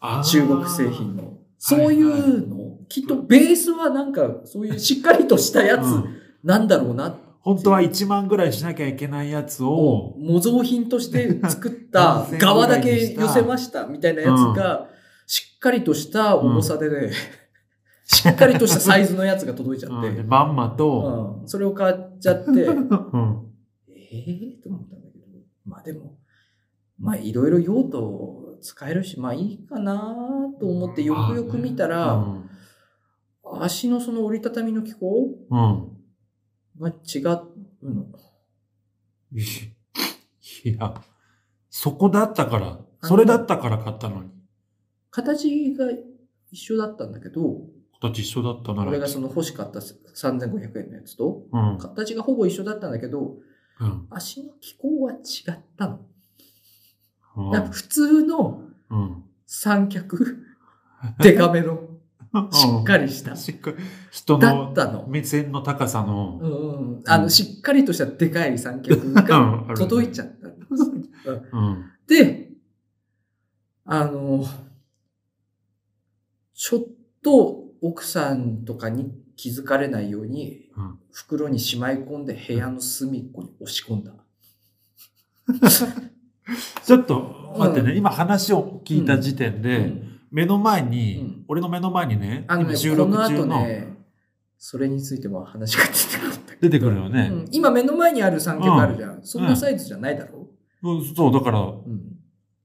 Speaker 3: あー
Speaker 2: 中国製品。の。そういうの、きっとベースはなんか、そういうしっかりとしたや
Speaker 3: う
Speaker 2: つ
Speaker 3: ん
Speaker 2: なんだろうな
Speaker 3: 本当は1万ぐらいしなきゃいけないやつを、
Speaker 2: 模造品として作 った側だけ寄せましたみたいなやつが、しっかりとした重さでね、 しっかりとしたサイズのやつが届いちゃっ
Speaker 3: うんで
Speaker 2: て、
Speaker 3: まんまと、
Speaker 2: うん、それを買っちゃって、
Speaker 3: うん。
Speaker 2: ええと思ったんだけど、まあでも、まあいろいろ用途使えるし、まあいいかなと思ってよくよく見た
Speaker 3: う
Speaker 2: ら、
Speaker 3: ん。
Speaker 2: 足のその折りたたみの機構
Speaker 3: うん。
Speaker 2: が違うの。
Speaker 3: いや、そこだったから、それだったから買ったのに。
Speaker 2: 形が一緒だったんだけど、
Speaker 3: 形一緒だったなら。
Speaker 2: 俺がその欲しかった3500円のやつと、
Speaker 3: うん。
Speaker 2: 形がほぼ一緒だったんだけど、
Speaker 3: うん。
Speaker 2: 足の機構は違った
Speaker 3: う
Speaker 2: の。
Speaker 3: ん
Speaker 2: なんか普通の
Speaker 3: うん。
Speaker 2: 三 脚、デカめの、しっかりした
Speaker 3: り。しっかり。人
Speaker 2: だっ
Speaker 3: の
Speaker 2: たの。
Speaker 3: 目線の高さの
Speaker 2: う、んうん、あの、しっかりとしたでかい三脚が
Speaker 3: うん
Speaker 2: 届いちゃったの。
Speaker 3: うん。
Speaker 2: で、あの、ちょっと奥さんとかに気づかれないように
Speaker 3: うん、
Speaker 2: 袋にしまい込んで部屋の隅っこに押し込んだ。
Speaker 3: ちょっと待ってね、今話を聞いた時点で、
Speaker 2: うん
Speaker 3: 目の前
Speaker 2: う
Speaker 3: に
Speaker 2: ん、
Speaker 3: 俺の目の前にね、
Speaker 2: あの
Speaker 3: 今
Speaker 2: ね、
Speaker 3: 収
Speaker 2: こ
Speaker 3: 録
Speaker 2: の
Speaker 3: 中
Speaker 2: 後
Speaker 3: の、
Speaker 2: ね、それについても話が出てなかったけ
Speaker 3: 出てくるよね
Speaker 2: ど、うん今目の前にある三脚あるじゃん。そんなサイズじゃないだろ、
Speaker 3: うんそう、だから、
Speaker 2: う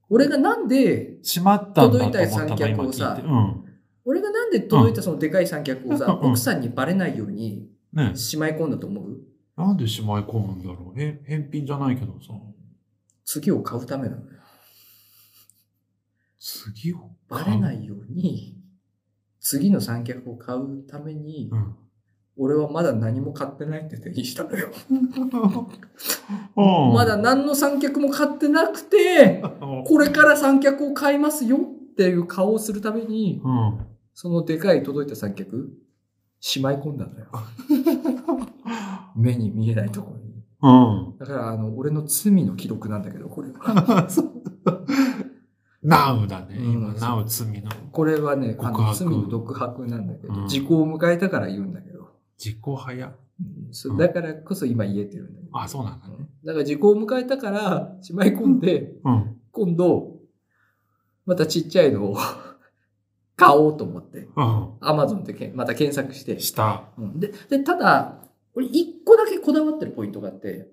Speaker 2: 俺がなんで、
Speaker 3: 閉まったんだと思ったの
Speaker 2: 届いた三脚を
Speaker 3: 今
Speaker 2: さ
Speaker 3: 聞いて。うん。
Speaker 2: 俺がなんで届いたそのでかい三脚をさ、
Speaker 3: うん
Speaker 2: 奥さんにバレないように
Speaker 3: ね。
Speaker 2: しまい込んだと思う
Speaker 3: なんでしまい込むんだろう。へ返品じゃないけどさ。
Speaker 2: 次を買うためなのよ。
Speaker 3: 次を。
Speaker 2: バレないいように、次の三脚を買うために、
Speaker 3: うん。
Speaker 2: 俺はまだ何も買ってないって手にしたのよ。
Speaker 3: うん
Speaker 2: まだ。何の三脚も買ってなくて、
Speaker 3: うん
Speaker 2: これから三脚を買いますよっていう顔をするために、
Speaker 3: うん。
Speaker 2: そのでかい届いた三脚、しまい込んだの よ。目に見えないところに。
Speaker 3: うん。
Speaker 2: だから、あの、俺の罪の記録なんだけど、これは。
Speaker 3: ナウだね。
Speaker 2: うん
Speaker 3: 今、ナウ罪の。
Speaker 2: これはね、あ
Speaker 3: 告
Speaker 2: の
Speaker 3: 白
Speaker 2: 罪の独白なんだけど
Speaker 3: う、ん
Speaker 2: 時効を迎えたから言うんだけど、
Speaker 3: 自己早。
Speaker 2: うんそう
Speaker 3: うん
Speaker 2: だからこそ今言えてるんだけど。
Speaker 3: あ、そうなんだ
Speaker 2: う
Speaker 3: ね。
Speaker 2: んだから時効を迎えたから、しまい込んで、
Speaker 3: うん。
Speaker 2: 今度、またちっちゃいのを 買おうと思って、
Speaker 3: う
Speaker 2: アマゾンでけんまた検索して
Speaker 3: ん。、した。
Speaker 2: うんで、で、ただ、俺一個だけこだわってるポイントがあって、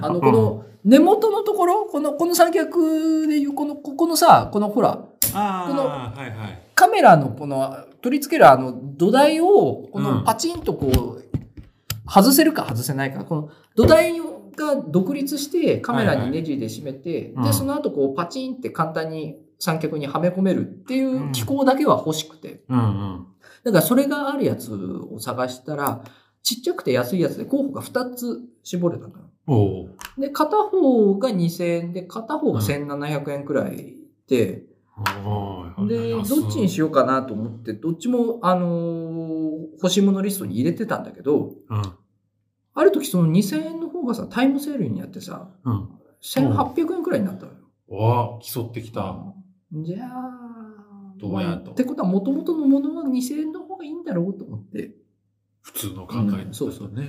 Speaker 2: あの、この根元のところ、この、この三脚でいう、この、ここのさ、このほら、
Speaker 3: ああ、はいはい。
Speaker 2: カメラのこの取り付けるあの土台をこ
Speaker 3: う
Speaker 2: の
Speaker 3: ん
Speaker 2: パチンとこう外せるか外せないか、この土台が独立してカメラにネジで締めて、
Speaker 3: はいうん
Speaker 2: で、その後こうパチンって簡単に三脚にはめ込めるっていうんう機構だけは欲しくて。
Speaker 3: うんうん。
Speaker 2: だからそれがあるやつを探したら、ちっちゃくて安いやつで候補が2つ絞れたのよ。
Speaker 3: おう
Speaker 2: で、片方が2000円で、片方が1700円くらいで、
Speaker 3: おう。
Speaker 2: で、どっ
Speaker 3: 安い
Speaker 2: ちにしようかなと思って、どっちも、あのー欲しいものリストに入れてたんだけど、
Speaker 3: うん。
Speaker 2: ある時その2000円の方がさ、タイムセールになってさ、
Speaker 3: うん。
Speaker 2: 1800円くらいになったのよ。
Speaker 3: おー競ってきた。
Speaker 2: じゃあ、
Speaker 3: どうやと
Speaker 2: まあってことは、もともとのものは2000円の方がいいんだろうと思って、
Speaker 3: 普通の考え、
Speaker 2: うんそうそう
Speaker 3: ね。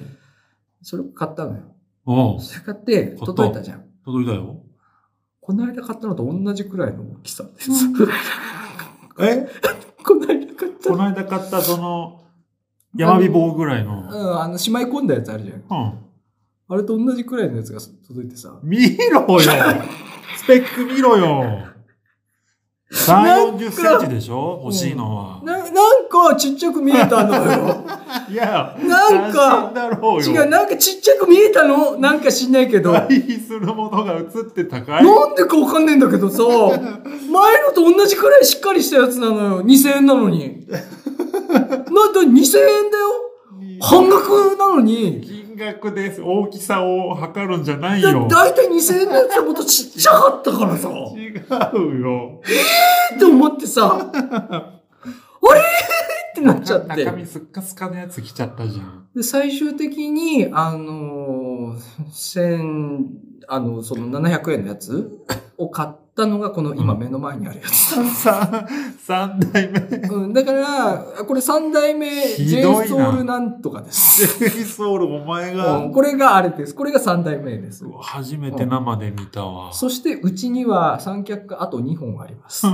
Speaker 2: それを買ったのよ。
Speaker 3: おう
Speaker 2: それ買って、
Speaker 3: った
Speaker 2: 届いたじゃん。
Speaker 3: 届いたよ。
Speaker 2: この間買ったのと同じくらいの大きさです。
Speaker 3: え
Speaker 2: この間買った
Speaker 3: この間買ったその、山火棒ぐらいの。
Speaker 2: うん、あの、しまい込んだやつあるじゃん。
Speaker 3: うん。
Speaker 2: あれと同じくらいのやつが届いてさ、
Speaker 3: 見ろよスペック見ろよ !3、40センチでしょ欲しいのは。
Speaker 2: な、なんかちっちゃく見えた のよ。
Speaker 3: いや、
Speaker 2: なんか
Speaker 3: 斬新だろう
Speaker 2: 違
Speaker 3: よ
Speaker 2: う、。なんかちっちゃく見えたのなんか知んないけど。な
Speaker 3: 対
Speaker 2: ん
Speaker 3: 比するものが映って高い。
Speaker 2: でかわかんねえんだけ どさ、前のと同じくらいしっかりしたやつなのよ。2000円なの に。なんだ、2000円だよ半額なのに。
Speaker 3: 金額です。大きさを測るんじゃない
Speaker 2: だ
Speaker 3: よ。
Speaker 2: だいたい2000円のやつのことちっちゃかったか らさ。っ
Speaker 3: 違うよ。
Speaker 2: て思ってさ、あれってなっちゃって
Speaker 3: 中。身すっかすかのやつ来ちゃったじゃん。
Speaker 2: で、最終的に、あのー、千、あの、その700円のやつを買ったのがこの今目の前にあるやつ。
Speaker 3: 三、三代目。
Speaker 2: うん、だから、これ3代目
Speaker 3: ひ
Speaker 2: j
Speaker 3: ど
Speaker 2: s
Speaker 3: い
Speaker 2: o
Speaker 3: な
Speaker 2: u l なんとかです。
Speaker 3: ジェイソウル、お前が、
Speaker 2: うんこれがあれです。これが3代目です。
Speaker 3: 初めて生で見たわ。
Speaker 2: そして、うちには三脚があと2本あります。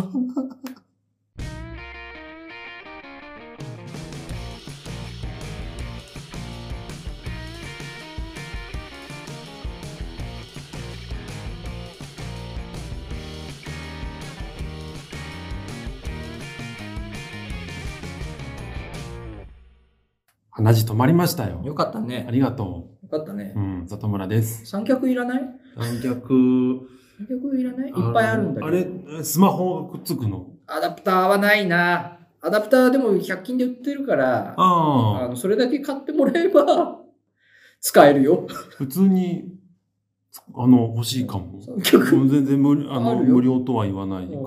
Speaker 5: 鼻血止まりましたよ。
Speaker 2: よかった
Speaker 5: あ
Speaker 2: ね。
Speaker 5: りがと
Speaker 2: よかったね
Speaker 5: う。う。ん、里村です。
Speaker 2: 三脚いらない
Speaker 5: 三脚。
Speaker 2: 三脚いらないいっぱいあるんだけど。
Speaker 5: あれ、スマホがくっつくの
Speaker 2: アダプターはないな。アダプターでも100均で売ってるから、あ
Speaker 5: ああ、
Speaker 2: のそれだけ買ってもらえば 使えるよ。
Speaker 5: 普通に、あの、欲しいかも。
Speaker 2: 三脚
Speaker 5: もう全然無理あの
Speaker 2: あるよ
Speaker 5: 無料とは言わないから。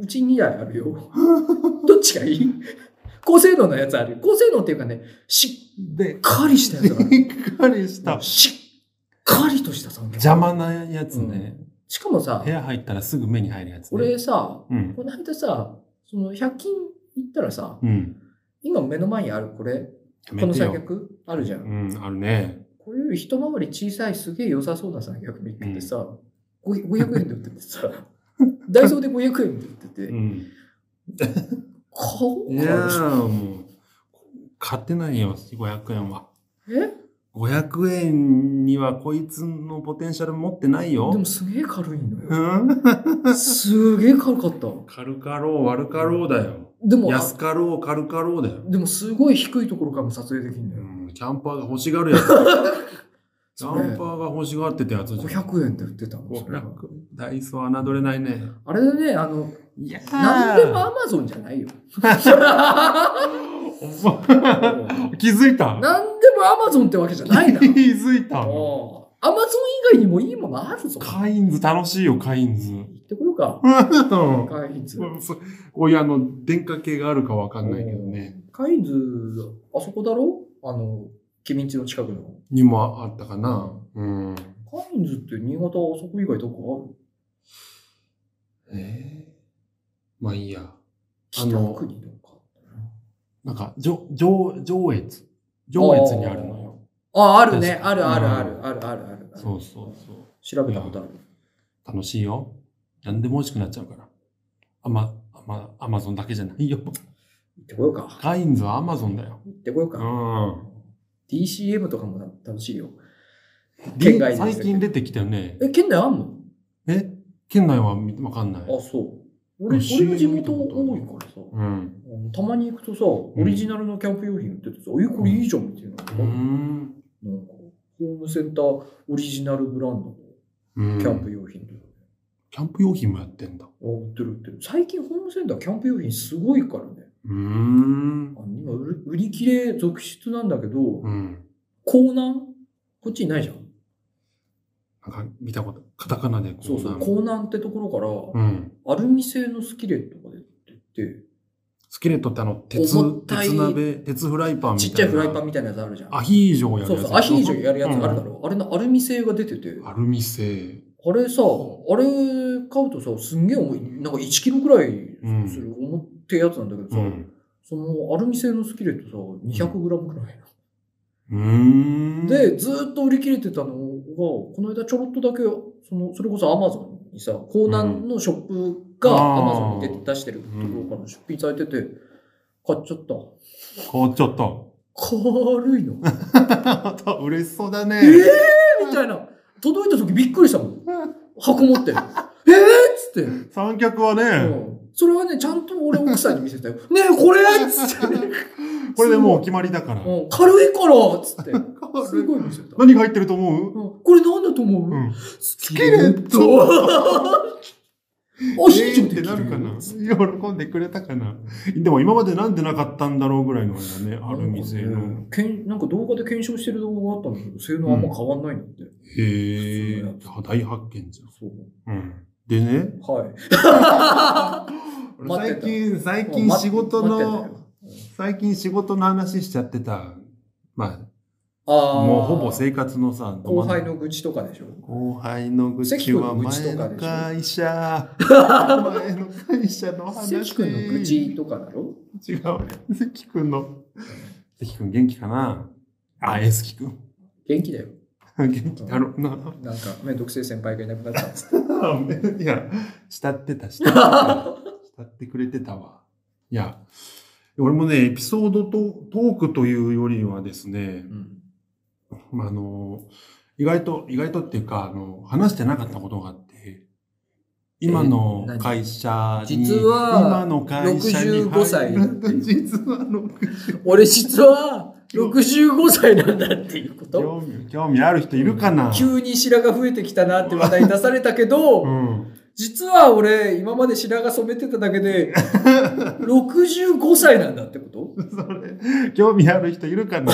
Speaker 2: うちに2台あるよ。 どっちがいい 高性能のやつあるよ。高性能っていうかね、し
Speaker 5: で
Speaker 2: っ、かりしたやつが
Speaker 5: びっくりし
Speaker 2: あ
Speaker 5: た
Speaker 2: る。。しっかりとした三脚。
Speaker 5: 邪魔なやつね。
Speaker 2: しかもさ
Speaker 5: 部、屋入ったらすぐ目に入るやつね。
Speaker 2: 俺さ、
Speaker 5: うん。
Speaker 2: この間さ、その100均行ったらさ、
Speaker 5: うん。
Speaker 2: 今目の前にあるこれ、
Speaker 5: や
Speaker 2: こ
Speaker 5: め
Speaker 2: の
Speaker 5: て
Speaker 2: 三
Speaker 5: よ。
Speaker 2: 脚あるじゃん
Speaker 5: う。ん、あるね。
Speaker 2: これより一回り小さいすげえ良さそうな三脚見つけてさ、ご500円で売っててさ、 ダイソーで500円で売ってて、
Speaker 5: うん。
Speaker 2: 買おう
Speaker 5: い
Speaker 2: か
Speaker 5: や
Speaker 2: な
Speaker 5: ーもう、買ってないよ、500円は。
Speaker 2: え
Speaker 5: 500円にはこいつのポテンシャル持ってないよ。
Speaker 2: でもすげえ軽いの
Speaker 5: う
Speaker 2: よ。
Speaker 5: ん
Speaker 2: すげえ軽かった。
Speaker 5: 軽かろう、悪かろうだよ。
Speaker 2: でも、あ
Speaker 5: 安かろう、軽かろうだよ。
Speaker 2: でもすごい低いところからも撮影できるんだ
Speaker 5: う
Speaker 2: よ。
Speaker 5: ん、キャンパーが欲しがるやつ。
Speaker 3: ダンパーが欲しがってたやつじゃん。
Speaker 2: 500円で売ってたのそれが
Speaker 3: 500ダイソー侮れないね。
Speaker 2: あれだね、あの、
Speaker 3: いや
Speaker 2: なんでもアマゾンじ ゃないよ。
Speaker 3: 気づいた
Speaker 2: なんでもアマゾンってわけじゃないな。
Speaker 3: 気づいた
Speaker 2: もうアマゾン以外にもいいものあるぞ。行
Speaker 3: カインズ楽しいよ、カインズ。
Speaker 2: ってこようか。
Speaker 3: うん
Speaker 2: カインズ。
Speaker 3: そう親の電化系があるかわかんないけどね。
Speaker 2: カインズ、あそこだろあの、君んちの近くの。
Speaker 3: にもあったかな。うん。
Speaker 2: カインズって新潟あそこ以外どこ
Speaker 3: ええまあいいや。
Speaker 2: あ
Speaker 3: あ
Speaker 2: る
Speaker 3: の
Speaker 2: 北国とか。
Speaker 3: なんか、上、上、上越。上越にあるのよ。
Speaker 2: あ、あるね。
Speaker 3: 確か
Speaker 2: あるあるある。あるあるある。
Speaker 3: そうそうそう。
Speaker 2: 調べたことある。
Speaker 3: 楽しいよ。何でも美味しくなっちゃうから。あま、あま、アマゾンだけじゃないよ。
Speaker 2: 行ってこようか。
Speaker 3: カインズはアマゾンだよ。
Speaker 2: 行ってこよう
Speaker 3: う
Speaker 2: か。
Speaker 3: ん。
Speaker 2: DCM とかも楽しいよ。県
Speaker 3: 県
Speaker 2: 外
Speaker 3: 外
Speaker 2: にですね
Speaker 3: 最近出てきたよね。
Speaker 2: え、県内あんの
Speaker 3: え県内はみわかんない。
Speaker 2: あ、そう。俺、
Speaker 3: CM
Speaker 2: 俺も地元
Speaker 3: 見たことあ
Speaker 2: 多い
Speaker 3: る
Speaker 2: からさ、
Speaker 3: うん。
Speaker 2: あのたまに行くとさ、オリジナルのキャンプ用品売っててさ、え、これいいじゃんっていうのが、
Speaker 3: う
Speaker 2: なんか
Speaker 3: ん。
Speaker 2: ホームセンターオリジナルブランド
Speaker 3: うん
Speaker 2: のキャンプ用品とか、
Speaker 3: キャンプ用品もやってんだ。
Speaker 2: あ、売ってる売ってる。最近ホームセンターキャンプ用品すごいからね。
Speaker 3: うーん
Speaker 2: あ。の今売り、売り切れ続出なんだけど、
Speaker 3: うん。
Speaker 2: コーナーこっちにないじゃん。
Speaker 3: なんか見たこと、カタカナでこ
Speaker 2: そうそう、
Speaker 3: こ
Speaker 2: コーナーってところ
Speaker 3: う
Speaker 2: か
Speaker 3: ん。
Speaker 2: ら、アルミ製のスキレットが出て
Speaker 3: スキレットってあの、鉄
Speaker 2: 重、たい
Speaker 3: 鉄鍋、鉄フライパン
Speaker 2: て、
Speaker 3: みたいな。
Speaker 2: ちっちゃいフライパンみたいなやつあるじゃん。
Speaker 3: アヒージョをやる
Speaker 2: そ
Speaker 3: や
Speaker 2: う
Speaker 3: つ。
Speaker 2: そう、アヒージョやるやつあるだ
Speaker 3: うん
Speaker 2: ろ。あれのアルミ製が出てて、
Speaker 3: アルミ製。
Speaker 2: あれさ、あれ買うとさ、すんげえ重い、なんか1キロくらい
Speaker 3: ん
Speaker 2: する重ってやつなんだけどさ、
Speaker 3: うん。
Speaker 2: そのアルミ製のスキレットさ、200グラムくらい。
Speaker 3: うーん。
Speaker 2: で、ずーっと売り切れてたのが、この間ちょろっとだけ、その、それこそアマゾンにさ、江南のショップが
Speaker 3: うん
Speaker 2: アマゾンに出
Speaker 3: あー
Speaker 2: 出してるところから出品されてて、買っちゃった。
Speaker 3: こうちょっと。
Speaker 2: 軽いの。
Speaker 3: 嬉しそうだ
Speaker 2: え
Speaker 3: ね。
Speaker 2: えー、みたいな。届いた時びっくりしたもん。箱持って。ええー、っつって。
Speaker 3: 三脚はね、
Speaker 2: うんそれはね、ちゃんと俺奥さんに見せたよ。ねえ、これっつって。
Speaker 3: これでもうお決まりだから。
Speaker 2: うん 軽いからっつって。すごい見せた。
Speaker 3: 何が入ってると思う
Speaker 2: うんこれなんだと思う、
Speaker 3: うん。
Speaker 2: ス
Speaker 3: キレット
Speaker 2: あ、ヒージョ
Speaker 3: えーってなるかな
Speaker 2: つって
Speaker 3: 喜んでくれたかなでも今までなんでなかったんだろうぐらいのあれだね、アルミ製
Speaker 2: なんか
Speaker 3: の。
Speaker 2: ねけんなんか動画で検証してる動画があったんだけど、性能あんま変わんないんだって。
Speaker 3: へえ
Speaker 2: 普通のや。つ
Speaker 3: 大発見じ
Speaker 2: そう。
Speaker 3: ゃん。うん。でね、
Speaker 2: はい。 待って
Speaker 3: 最近、最
Speaker 2: た
Speaker 3: 近
Speaker 2: 待っ
Speaker 3: 仕事
Speaker 2: 待ってた
Speaker 3: の
Speaker 2: よ、
Speaker 3: 最近仕事の話しちゃってた。まあ、
Speaker 2: ああ。
Speaker 3: もうほぼ生活のさ、
Speaker 2: 後輩の愚痴とかでしょ。
Speaker 3: 後輩の愚痴は前の会社。 前の会社の話。
Speaker 2: 関君の愚痴とかだろ
Speaker 3: 違うね。関君の。関君元気かなあ、え、関君。
Speaker 2: 元気だよ。
Speaker 3: 元気だろう な。
Speaker 2: なんか、めんどくせえ先輩がいなくなったんです。
Speaker 3: いや、慕って た、慕ってた。慕ってくれてたわ。いや、俺もね、エピソードとトークというよりはですね、
Speaker 2: うん。
Speaker 3: まあ、あの、意外と、意外とっていうか、あの、話してなかったことがあって、今の
Speaker 2: え何
Speaker 3: 会社に、
Speaker 2: 実は
Speaker 3: 今の会社に入る
Speaker 2: 65歳だっていう
Speaker 3: 実は65
Speaker 2: 俺実は65歳なんだっていうこと
Speaker 3: 興味、興味ある人いるかな
Speaker 2: 急に白髪増えてきたなって話題出されたけど、
Speaker 3: うん。
Speaker 2: 実は俺今まで白髪染めてただ けで65歳なんだってこと
Speaker 3: 興味ある人いる かな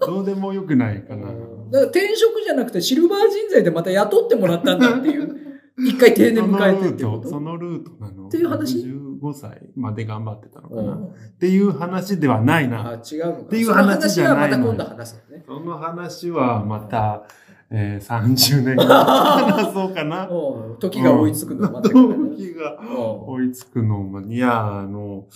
Speaker 3: どうでもよくないかな。
Speaker 2: だから転職じゃなくてシルバー人材でまた雇ってもらったんだっていう。一回定年
Speaker 3: そ
Speaker 2: 迎
Speaker 3: の
Speaker 2: えてっ
Speaker 3: ルー
Speaker 2: てこ
Speaker 3: ト、そ
Speaker 2: と
Speaker 3: のルートなの。
Speaker 2: っていう話
Speaker 3: ?15 歳まで頑張ってたのか
Speaker 2: う
Speaker 3: な。っ
Speaker 2: ん
Speaker 3: ていう話ではないな。
Speaker 2: あ違うのかな。
Speaker 3: っていう話じゃない
Speaker 2: そ
Speaker 3: の
Speaker 2: の
Speaker 3: よ
Speaker 2: 話はまた今度話すのね。
Speaker 3: その話はまた、えー、30年 後話そうかな。
Speaker 2: うん時が追いつくのはまた今度
Speaker 3: 動
Speaker 2: ね
Speaker 3: 機が
Speaker 2: うん
Speaker 3: 追いつくのも、いや、あの、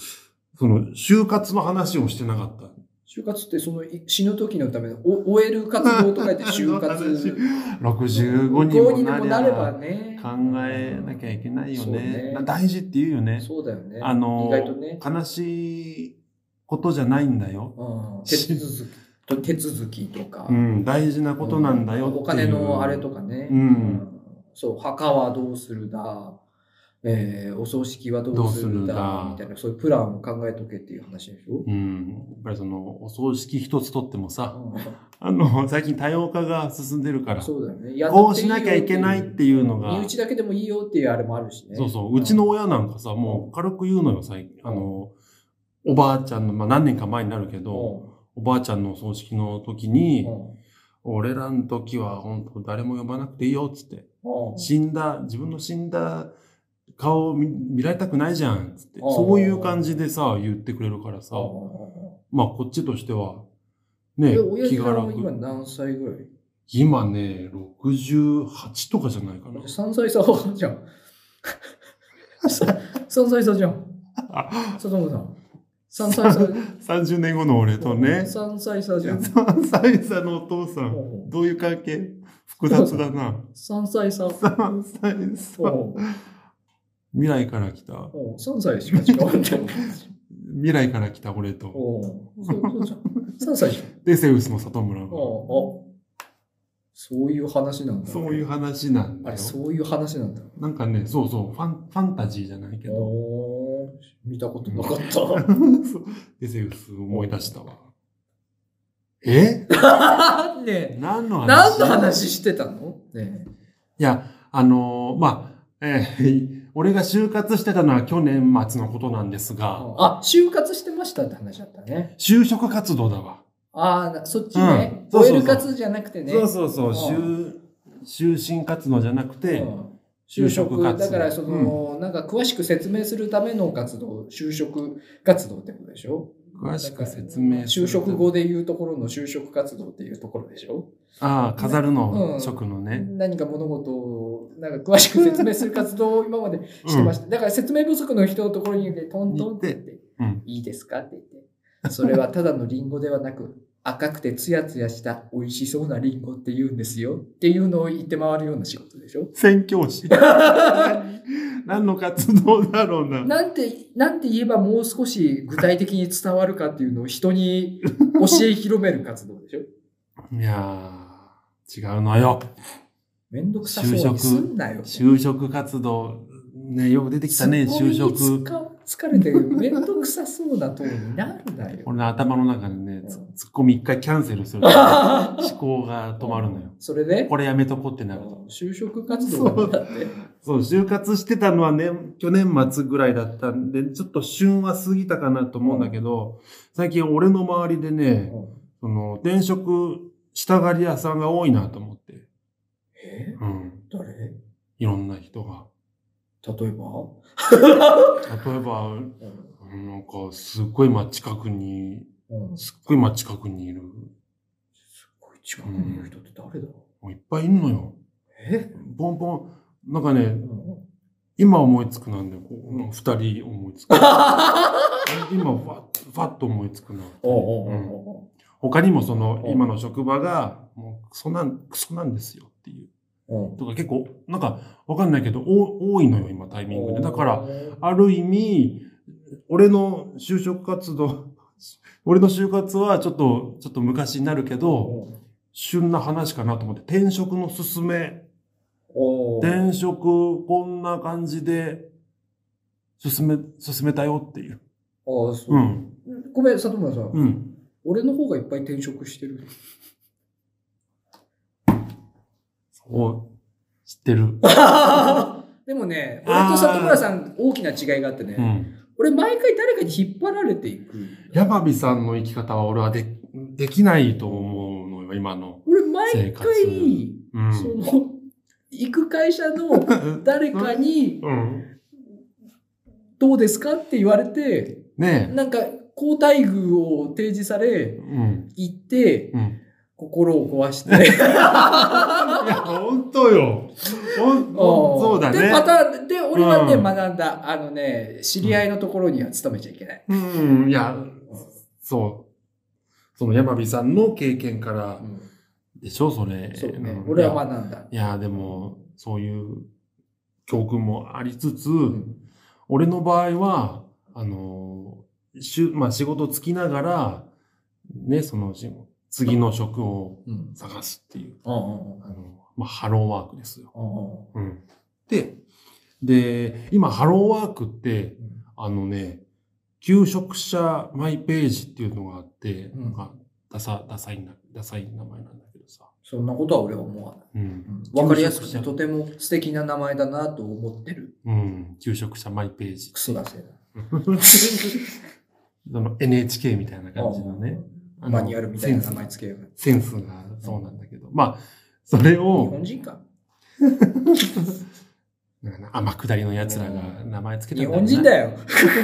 Speaker 3: その、就活の話をしてなかった。
Speaker 2: 就活ってそのい死ぬ時のためのお終える活動とか言って就
Speaker 3: あの
Speaker 2: 活
Speaker 3: 話65にもなれ
Speaker 2: なれ
Speaker 3: ば
Speaker 2: ばね
Speaker 3: 考えなきゃいけないよ
Speaker 2: そう
Speaker 3: ね。まあ大事って言うよね。
Speaker 2: そうだよね
Speaker 3: あの
Speaker 2: 意外とね、
Speaker 3: 悲しいことじゃないんだよ。
Speaker 2: うん、手続きと手続きとか、
Speaker 3: うん、大事なことなんだよっていう。
Speaker 2: お金のあれとかね、
Speaker 3: うん
Speaker 2: そう墓はどうするだえーお葬式はどうするん
Speaker 3: どうする
Speaker 2: だ
Speaker 3: んだ
Speaker 2: みたいな、そういうプランを考えとけっていう話でしょ、
Speaker 3: うん。やっぱりその、お葬式一つとってもさ、
Speaker 2: う
Speaker 3: あの、最近多様化が進んでるから
Speaker 2: ん、、そうだよね。やっ
Speaker 3: こ
Speaker 2: と
Speaker 3: う
Speaker 2: ってい
Speaker 3: し
Speaker 2: いよ
Speaker 3: なきゃいけないっていうのが
Speaker 2: 身、内だけでもいいよっていうあれもあるしね。
Speaker 3: そうそう、うちの親なんかさ、もう軽く言うのよ、最近。あの、おばあちゃんの、まあ何年か前になるけど、おばあちゃんのお葬式の時
Speaker 2: うん
Speaker 3: に
Speaker 2: う、ん
Speaker 3: 俺らの時は本当誰も呼ばなくていいよっつって、
Speaker 2: うん
Speaker 3: 死んだ、自分の死んだ顔を見見られたくないじゃんっつって、
Speaker 2: うん
Speaker 3: そういう感じでさ、言ってくれるからさ、まあこっちとしては、ね
Speaker 2: で、親
Speaker 3: 気
Speaker 2: 父さ
Speaker 3: が
Speaker 2: んは今
Speaker 3: 楽。
Speaker 2: 何歳ぐらい
Speaker 3: 今ね、68とかじゃないか な。
Speaker 2: ?3 歳差じ ゃん。3歳差じゃん。佐藤さん。3歳差。
Speaker 3: 30年後の俺とね、
Speaker 2: 3歳差じゃん。
Speaker 3: 3歳差のお父さん、どういう関係複雑だな。
Speaker 2: 3歳差。
Speaker 3: 3歳差。未来から来た。
Speaker 2: 3歳しか違うんじゃん。
Speaker 3: 未来から来た俺と。
Speaker 2: おうそうそうじゃん。3歳じゃん。
Speaker 3: で、セウスの里村が。
Speaker 2: おうあそういう話なんだ。
Speaker 3: そういう話なん
Speaker 2: あ
Speaker 3: だ
Speaker 2: れ、
Speaker 3: よ。
Speaker 2: そういう話なんだ。
Speaker 3: なんかね、そうそう、ファンファンタジーじゃないけど、
Speaker 2: おー見たことなかった。
Speaker 3: そうエセウス思い出したわ。え
Speaker 2: なんで
Speaker 3: 何の話
Speaker 2: 何の話してたのね
Speaker 3: いや、あのーまあ、えー 俺が就活してたのは去年末のことなんですが、
Speaker 2: あ、就活してましたって話だったね。
Speaker 3: 就職活動だわ。
Speaker 2: ああ、そっちね
Speaker 3: うん。そうそうそう
Speaker 2: 終える活じゃなくてね。
Speaker 3: そうそう就、就寝活動じゃなくて、
Speaker 2: うん就
Speaker 3: 活
Speaker 2: 職
Speaker 3: 動
Speaker 2: だからその、なんか詳しく説明するための活動、就職活動ってことでしょ
Speaker 3: うん詳しく説明する
Speaker 2: 就職後でいうところの就職活動っていうところでしょ
Speaker 3: ああ、飾る
Speaker 2: う
Speaker 3: の、
Speaker 2: ん
Speaker 3: 職のね。
Speaker 2: 何か物事を、なんか詳しく説明する活動を今までしてました。だから説明不足の人のところに行って、トントンって言って、
Speaker 3: 行って
Speaker 2: いいですかって言って、それはただのリンゴではなく、赤くてツヤツヤした美味しそうなリンゴって言うんですよっていうのを言って回るような仕事でしょ
Speaker 3: 宣教師。 何の活動だろうな。
Speaker 2: なんて、なんて言えばもう少し具体的に伝わるかっていうのを 人に教え広める活動でしょ
Speaker 3: いやー、違うのよ。
Speaker 2: めんどくさそうにすんなよ。
Speaker 3: 就職活動、ね、よく出てきたね、
Speaker 2: ツッコミ
Speaker 3: 就
Speaker 2: に
Speaker 3: 職。
Speaker 2: つか疲れてめんどくさそうなトーンになるなよ。
Speaker 3: 俺の頭の中でね、ツ
Speaker 2: うん
Speaker 3: ツッコミ一回キャンセル する。思考が止まるのよ。
Speaker 2: それで
Speaker 3: これやめとこうってなる。
Speaker 2: 就職活動だって。
Speaker 3: そう、就活してたのはね、去年末ぐらいだったんで、ちょっと旬は過ぎたかなと思うんだけど、最近俺の周りでね、その、転職したがり屋さんが多いなと思って。
Speaker 2: え
Speaker 3: うん。
Speaker 2: 誰例
Speaker 3: いろんな人が。
Speaker 2: えば
Speaker 3: 例えば、なんか、すっごいま近くに、
Speaker 2: うん
Speaker 3: すっごいま近くにいる。
Speaker 2: すごい近くにいる人って誰だ
Speaker 3: もういっぱいいるのよ。
Speaker 2: え
Speaker 3: ポンポン。なんかね
Speaker 2: う、ん
Speaker 3: 今思いつくなんで、こう、二人思いつく。今、ファッ、ファッと思いつくな。
Speaker 2: おうおうお
Speaker 3: 他にもその、
Speaker 2: うん
Speaker 3: 今の職場が、もう、そんなん、クソなんですよっていう。
Speaker 2: うおう
Speaker 3: とか結構、なんか、わかんないけど、お多いのよ、今、タイミングで。だから、
Speaker 2: う
Speaker 3: ある意味、俺の就職活動、 俺の就活はちょっと、ちょっと昔になるけど、
Speaker 2: ん
Speaker 3: 旬な話かなと思って、転職の勧め、
Speaker 2: おう
Speaker 3: 転職こんな感じで、進め、進めたよっていう。。
Speaker 2: ああそううんごめん、里村さん。
Speaker 3: うん。
Speaker 2: 俺の方がいっぱい転職してる。
Speaker 3: そう。知ってる。
Speaker 2: でもね、
Speaker 3: あー
Speaker 2: 俺と里村さん大きな違いがあって
Speaker 3: う
Speaker 2: ね、
Speaker 3: ん。
Speaker 2: 俺毎回誰かに引っ張られていく。
Speaker 3: 山火さんの生き方は俺はで、できないと思うのよ、今の。
Speaker 2: 俺毎
Speaker 3: 生活
Speaker 2: 回、
Speaker 3: う
Speaker 2: そ
Speaker 3: ん。
Speaker 2: の、行く会社の誰かに、
Speaker 3: うん。
Speaker 2: どうですかって言われて、
Speaker 3: ね
Speaker 2: なんか、好待遇を提示さ
Speaker 3: え。
Speaker 2: れ、
Speaker 3: うん。
Speaker 2: 行って、
Speaker 3: うん。
Speaker 2: 心を壊して。
Speaker 3: いや、本当よ。ほん そうだ
Speaker 2: で、
Speaker 3: ね。
Speaker 2: パターン、で、俺はね、
Speaker 3: うん
Speaker 2: 学んだ、あのね、知り合いのところには勤めちゃいけない。
Speaker 3: うん、いや、そう。その山火さんの経験から
Speaker 2: うん
Speaker 3: でしょ、それ。
Speaker 2: そうね、
Speaker 3: ん
Speaker 2: 俺は学んだ。
Speaker 3: いや、いやでも、そういう教訓もありつつ、
Speaker 2: うん
Speaker 3: 俺の場合は、あの、しゅまあ、仕事つきながら、ね、その、し次の職を
Speaker 2: うん
Speaker 3: 探すっていう、
Speaker 2: うんうんうん
Speaker 3: あの、まあ、ハローワークですよ。
Speaker 2: うんうん
Speaker 3: うん。で、で、今、ハローワークって
Speaker 6: うん、
Speaker 3: あのね、求職者マイページっていうのがあって、
Speaker 6: うん
Speaker 3: なんか、ダサ、ダサいな、ダサい名前なんだけどさ。
Speaker 2: そんなことは俺は思わない。
Speaker 3: うん。
Speaker 2: わかりやすくて、とても素敵な名前だなと思ってる。
Speaker 3: うん。求職者マイページ。
Speaker 2: クソ だせだ。
Speaker 3: その NHK みたいな感じのね。あの
Speaker 2: マニュアルみたいな名前つけよう。
Speaker 3: センスセンスがそうなんだけど。まあ、それ
Speaker 2: 日
Speaker 3: を、
Speaker 2: 本人か。
Speaker 3: なんか天下りの奴らが名前つけて
Speaker 2: 日本人だ
Speaker 3: よ。
Speaker 2: よ。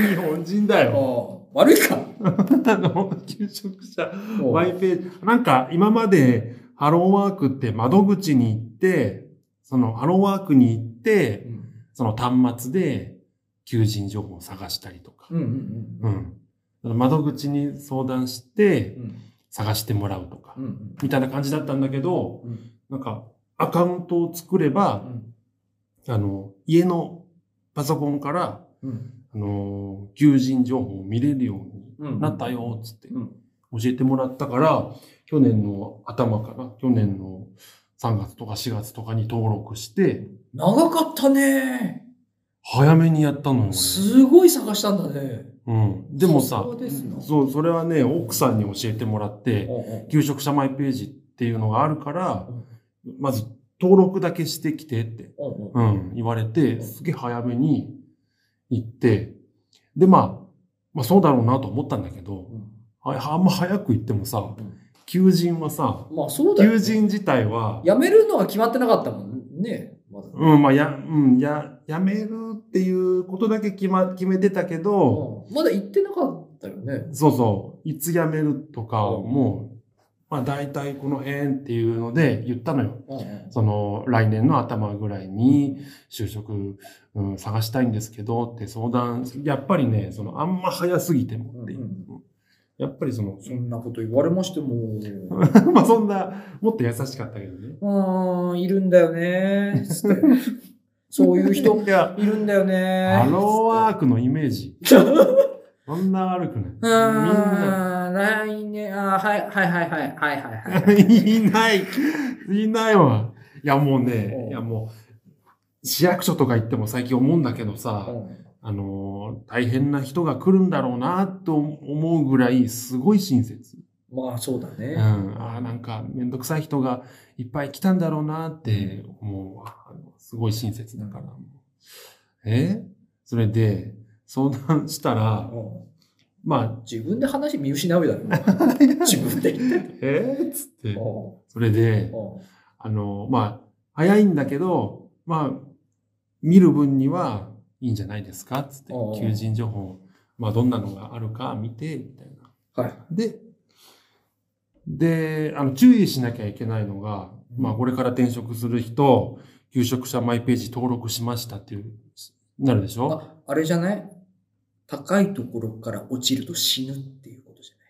Speaker 3: 日 本人だよ。
Speaker 2: もう悪いか。
Speaker 3: あの、求職者
Speaker 2: もう
Speaker 3: マイページ。なんか、今まで、ハローワークって窓口に行って、その、ハローワークに行って
Speaker 2: う、ん
Speaker 3: その端末で、求人情報を探したりとか。
Speaker 2: うんう
Speaker 3: うんん。その窓口に相談して
Speaker 2: う、ん
Speaker 3: 探してもらうとか
Speaker 2: う、ん
Speaker 3: みたいな感じだったんだけど、
Speaker 2: うん
Speaker 3: なんか、アカウントを作れば、あの、家のパソコンから、
Speaker 2: うん
Speaker 3: あの、求人情報を見れるように
Speaker 2: うん
Speaker 3: なったよ、つって、
Speaker 2: うん
Speaker 3: 教えてもらったから、去年の頭から、去年の3月とか4月とかに登録して、
Speaker 2: 長かったね。
Speaker 3: 早めにやったのよ、
Speaker 2: すごい探したんだね。
Speaker 3: 俺うん。でもさ
Speaker 2: そうですの、
Speaker 3: そう、それはね、奥さんに教えてもらって、求職者マイページっていうのがあるから、まず登録だけしてきてって、うん、言われて、すげえ早めに行って、で、まあ、まあそうだろうなと思ったんだけど、ああんま早く行ってもさ
Speaker 2: うん、
Speaker 3: 求人はさ、
Speaker 2: まあそうだよ
Speaker 3: 求。人自体は、
Speaker 2: 辞めるのは決まってなかったもんね。まだ
Speaker 3: うん、まあ、や、うん、や、やめるっていうことだけ決ま、決めてたけど、
Speaker 2: まだ行ってなかったよね。
Speaker 3: そうそう、いつやめるとか
Speaker 2: うん
Speaker 3: もう、まあ大体この辺っていうので言ったのよ。
Speaker 2: うん
Speaker 3: その、来年の頭ぐらいに就職、うん、探したいんですけどって相談、やっぱりね、その、あんま早すぎてもっていう。
Speaker 2: うん
Speaker 3: やっぱりその、
Speaker 2: そんなこと言われましても、
Speaker 3: まあそんな、 もっと優しかったけどね。
Speaker 2: うーん、いるんだよね。つってそういう人
Speaker 3: いや、
Speaker 2: いるんだよね。
Speaker 3: ハローワー
Speaker 2: ク。
Speaker 3: クのイメー ジ、そんな悪くない。みん
Speaker 2: う
Speaker 3: な、
Speaker 2: ーん、来年、あーはい、はい、はい、はい、はい、はいはい。
Speaker 3: いない。いないわ。いや、もうね
Speaker 2: う、ん
Speaker 3: いや、もう、市役所とか行っても最近思うんだけどさ、
Speaker 2: うん
Speaker 3: あのー、大変な人が来るんだろうな、と思うぐらい、すごい親切。
Speaker 2: まあ、そうだ
Speaker 3: う
Speaker 2: ね
Speaker 3: ん。。ああ、なんか、めんどくさい人がいっぱい来たんだろうな、って思うわ。あのすごい親切だから。えそれで、相談したら、
Speaker 2: うん
Speaker 3: ま
Speaker 2: 自分で話見失うよ だよ。自分で言っ
Speaker 3: あ
Speaker 2: て。、
Speaker 3: えー、つって
Speaker 2: う、ん
Speaker 3: それで、
Speaker 2: うん
Speaker 3: あの、まあ、早いんだけど、まあ、見る分にはいいんじゃないですかつって
Speaker 2: おうお、う
Speaker 3: 求人情報、まあ、どんなのがあるか見て、みたいな。
Speaker 2: はい。
Speaker 3: で、で、あの、注意しなきゃいけないのが、
Speaker 2: うん
Speaker 3: まあ、これから転職する人、求職者マイページ登録しましたっていう、なるでしょ
Speaker 2: あ、あれじゃない高いところから落ちると死ぬっていうことじゃな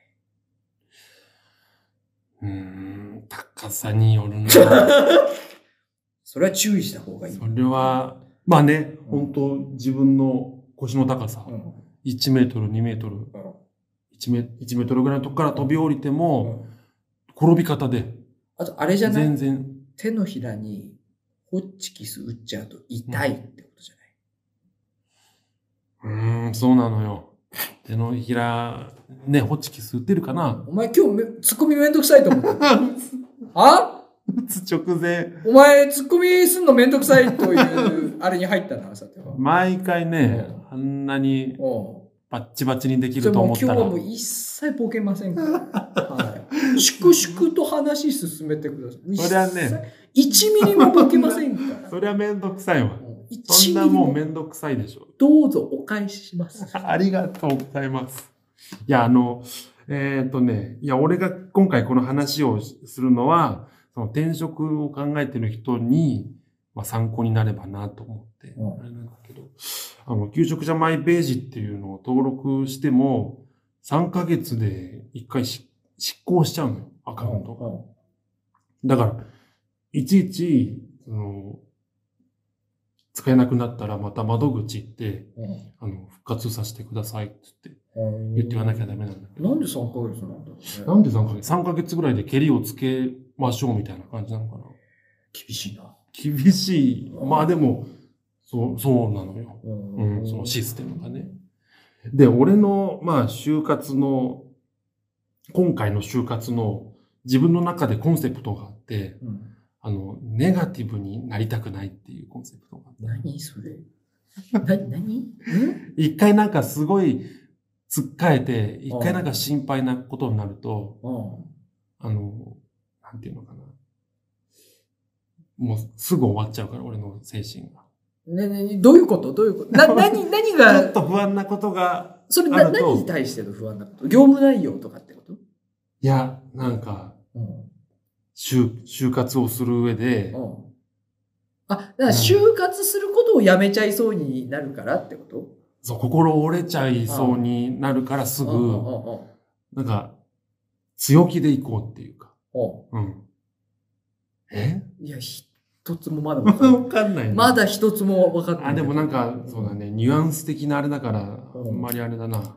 Speaker 2: いう
Speaker 3: ーん、高さによる な。そ
Speaker 2: それは注意した方がいい。
Speaker 3: れは、まあね、
Speaker 2: うん
Speaker 3: 本当自分の腰の高さ
Speaker 2: う、ん
Speaker 3: 1メートル、2メートル、
Speaker 2: うん
Speaker 3: 1メ ,1 メートルぐらいのとこから飛び降りて
Speaker 2: う
Speaker 3: も、
Speaker 2: ん
Speaker 3: 転び方で、
Speaker 2: あと、あれじゃない
Speaker 3: 全然、
Speaker 2: 手のひらにホッチキス打っちゃうと痛いってことじゃな
Speaker 3: う
Speaker 2: い、
Speaker 3: ーん、そうなのよ。手のひら、ね、ホチキス打ってるかな
Speaker 2: お前今日めツッコミめんどくさいと思 う。あ
Speaker 3: 打つ直前、
Speaker 2: お前ツッコミすんのめんどくさいという、あれに入ったな、さては。
Speaker 3: 毎回ね、あんなに
Speaker 2: お
Speaker 3: バッチバチにでき
Speaker 2: うじゃ
Speaker 3: る
Speaker 2: あ
Speaker 3: と
Speaker 2: もう
Speaker 3: 思っ
Speaker 2: 今日
Speaker 3: た
Speaker 2: は
Speaker 3: ら、
Speaker 2: もう一切ボケませんから。はい、粛々と話進めてください。
Speaker 3: そりゃね
Speaker 2: 一切、1ミリもボケませんから。
Speaker 3: そりゃめんどくさいわ。
Speaker 2: もう
Speaker 3: そ
Speaker 2: 1
Speaker 3: ん
Speaker 2: ミ
Speaker 3: な
Speaker 2: リ
Speaker 3: もう
Speaker 2: も
Speaker 3: めんどくさいでしょ。
Speaker 2: どうぞお返しします。
Speaker 3: ありがとうございます。いや、あの、えっ、とね、いや、俺が今回この話をするのは、その転職を考えてる人に、まあ、参考になればなと思って、
Speaker 2: うん
Speaker 3: あれなんだけど、あの、求職者マイページっていうのを登録しても、3ヶ月で1回し執行しちゃうのよ、アカウントが。だから、いちいち、その、使えなくなったらまた窓口行って、あの、復活させてくださいって言って、言って言わなきゃダメなんだけど。
Speaker 2: なんで3ヶ月なんだろうね。
Speaker 3: なんで3ヶ月 ?3 ヶ月ぐらいで蹴りをつけましょうみたいな感じなのかな
Speaker 2: 厳しいな。
Speaker 3: 厳しい。まあでも、そう、そうなのよ。
Speaker 2: う
Speaker 3: うん、そのシステムがね。で、俺の、まあ、就活の、今回の就活の自分の中でコンセプトがあって、
Speaker 2: うん
Speaker 3: あの、ネガティブになりたくないっていうコンセプトがあって。
Speaker 2: 何そ れな、何
Speaker 3: 一回なんかすごい、つっかえて、一回なんか心配なことになると、
Speaker 2: う
Speaker 3: あの、なんていうのかな。もうすぐ終わっちゃうから、俺の精神が。
Speaker 2: ん。ねねね、どういうことどういうこと な、何、何
Speaker 3: ちょっ
Speaker 2: が、
Speaker 3: と不安なことが、
Speaker 2: それ
Speaker 3: あ
Speaker 2: な
Speaker 3: ると
Speaker 2: 何に対しての不安なこと業務内容とかってこと
Speaker 3: いや、なんか、
Speaker 2: うん。
Speaker 3: 就、就活をする上で、
Speaker 2: うん。あ、だから就活することをやめちゃいそうになるからってこと
Speaker 3: そう、心折れちゃいそうになるからす
Speaker 2: うんう
Speaker 3: ぐ、
Speaker 2: んうんうん
Speaker 3: なんか、強気でいこうっていうか。
Speaker 2: う
Speaker 3: うん。え
Speaker 2: ん。いや、一つもまだ分か
Speaker 3: わかん
Speaker 2: んない。
Speaker 3: ないね
Speaker 2: まだ一つも分かってない。
Speaker 3: あ、でもなんか、そうだね、ニュアンス的なあれだから、あ
Speaker 2: うん
Speaker 3: んまりあれだな。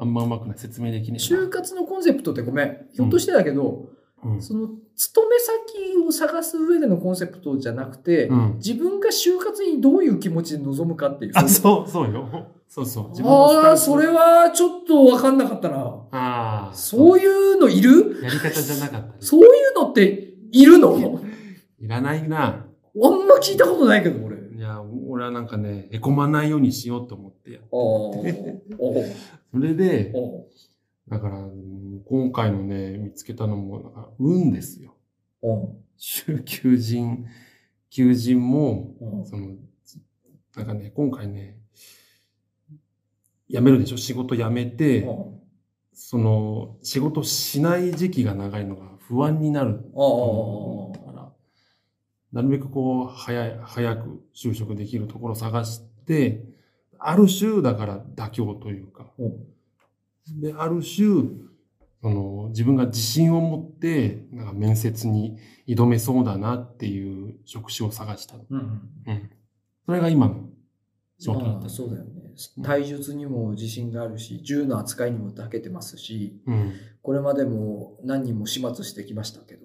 Speaker 3: あんまうまくない。説明できねえな
Speaker 2: 就活のコンセプトってごめん。ひょっとしてだけど、
Speaker 3: うん。
Speaker 2: その、勤め先を探す上でのコンセプトじゃなくて、
Speaker 3: うん。
Speaker 2: 自分が就活にどういう気持ちで臨むかっていう。
Speaker 3: あ、そう、そうよ。そうそう。自分のス
Speaker 2: あ
Speaker 3: タ
Speaker 2: あ、
Speaker 3: ンス
Speaker 2: それはちょっと分かんなかったな。
Speaker 3: ああ。
Speaker 2: そういうのいる
Speaker 3: やり方じゃなかったね。
Speaker 2: そういうのっているの
Speaker 3: いらないな。
Speaker 2: あんま聞いたことないけど、俺。
Speaker 3: いや、俺はなんかね、へこまないようにしようと思ってや。
Speaker 2: あー
Speaker 3: それで
Speaker 2: あ、ー。
Speaker 3: だから、うん今回のね、見つけたのも、なんか、運ですよ。就求人、求人も、その、なんかね、今回ね、辞めるでしょ仕事辞めて、その、仕事しない時期が長いのが不安になると思ったから、なるべくこう、早い、早く就職できるところを探して、ある種だから妥協というか、で、ある種、その、自分が自信を持って、なんか面接に挑めそうだなっていう職種を探したの。うん。それが今の仕事だった
Speaker 2: まあ、
Speaker 3: の。
Speaker 2: そうだよね。体術にも自信があるし、銃の扱いにも長けてますし、
Speaker 3: うん。
Speaker 2: これまでも何人も始末してきましたけど、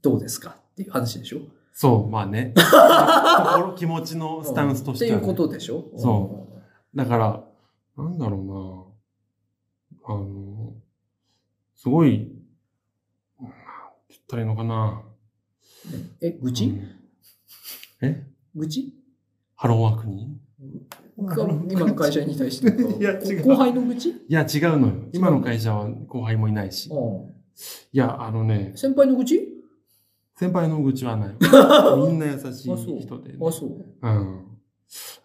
Speaker 2: どうですかっていう話でしょ
Speaker 3: そう、まあ ね。心、気持ちのスタンスとしてはね、
Speaker 2: っていうことでしょ
Speaker 3: そだから、なんだろうなあの、すごい、うんなんて言ったらいいのかな
Speaker 2: うん。え、愚
Speaker 3: う
Speaker 2: 痴
Speaker 3: んえ
Speaker 2: 愚痴
Speaker 3: ハローワークに
Speaker 2: が今の会社に対してとか。
Speaker 3: いや違う
Speaker 2: 後輩の愚痴
Speaker 3: いや、違うのよ。今の会社は後輩もいないし。
Speaker 2: う
Speaker 3: いや、あのね
Speaker 2: ん、先輩の愚痴
Speaker 3: 先輩の愚痴は ない。みんな優し
Speaker 2: あそう
Speaker 3: い人で、ね。
Speaker 2: あ、そう。
Speaker 3: うん。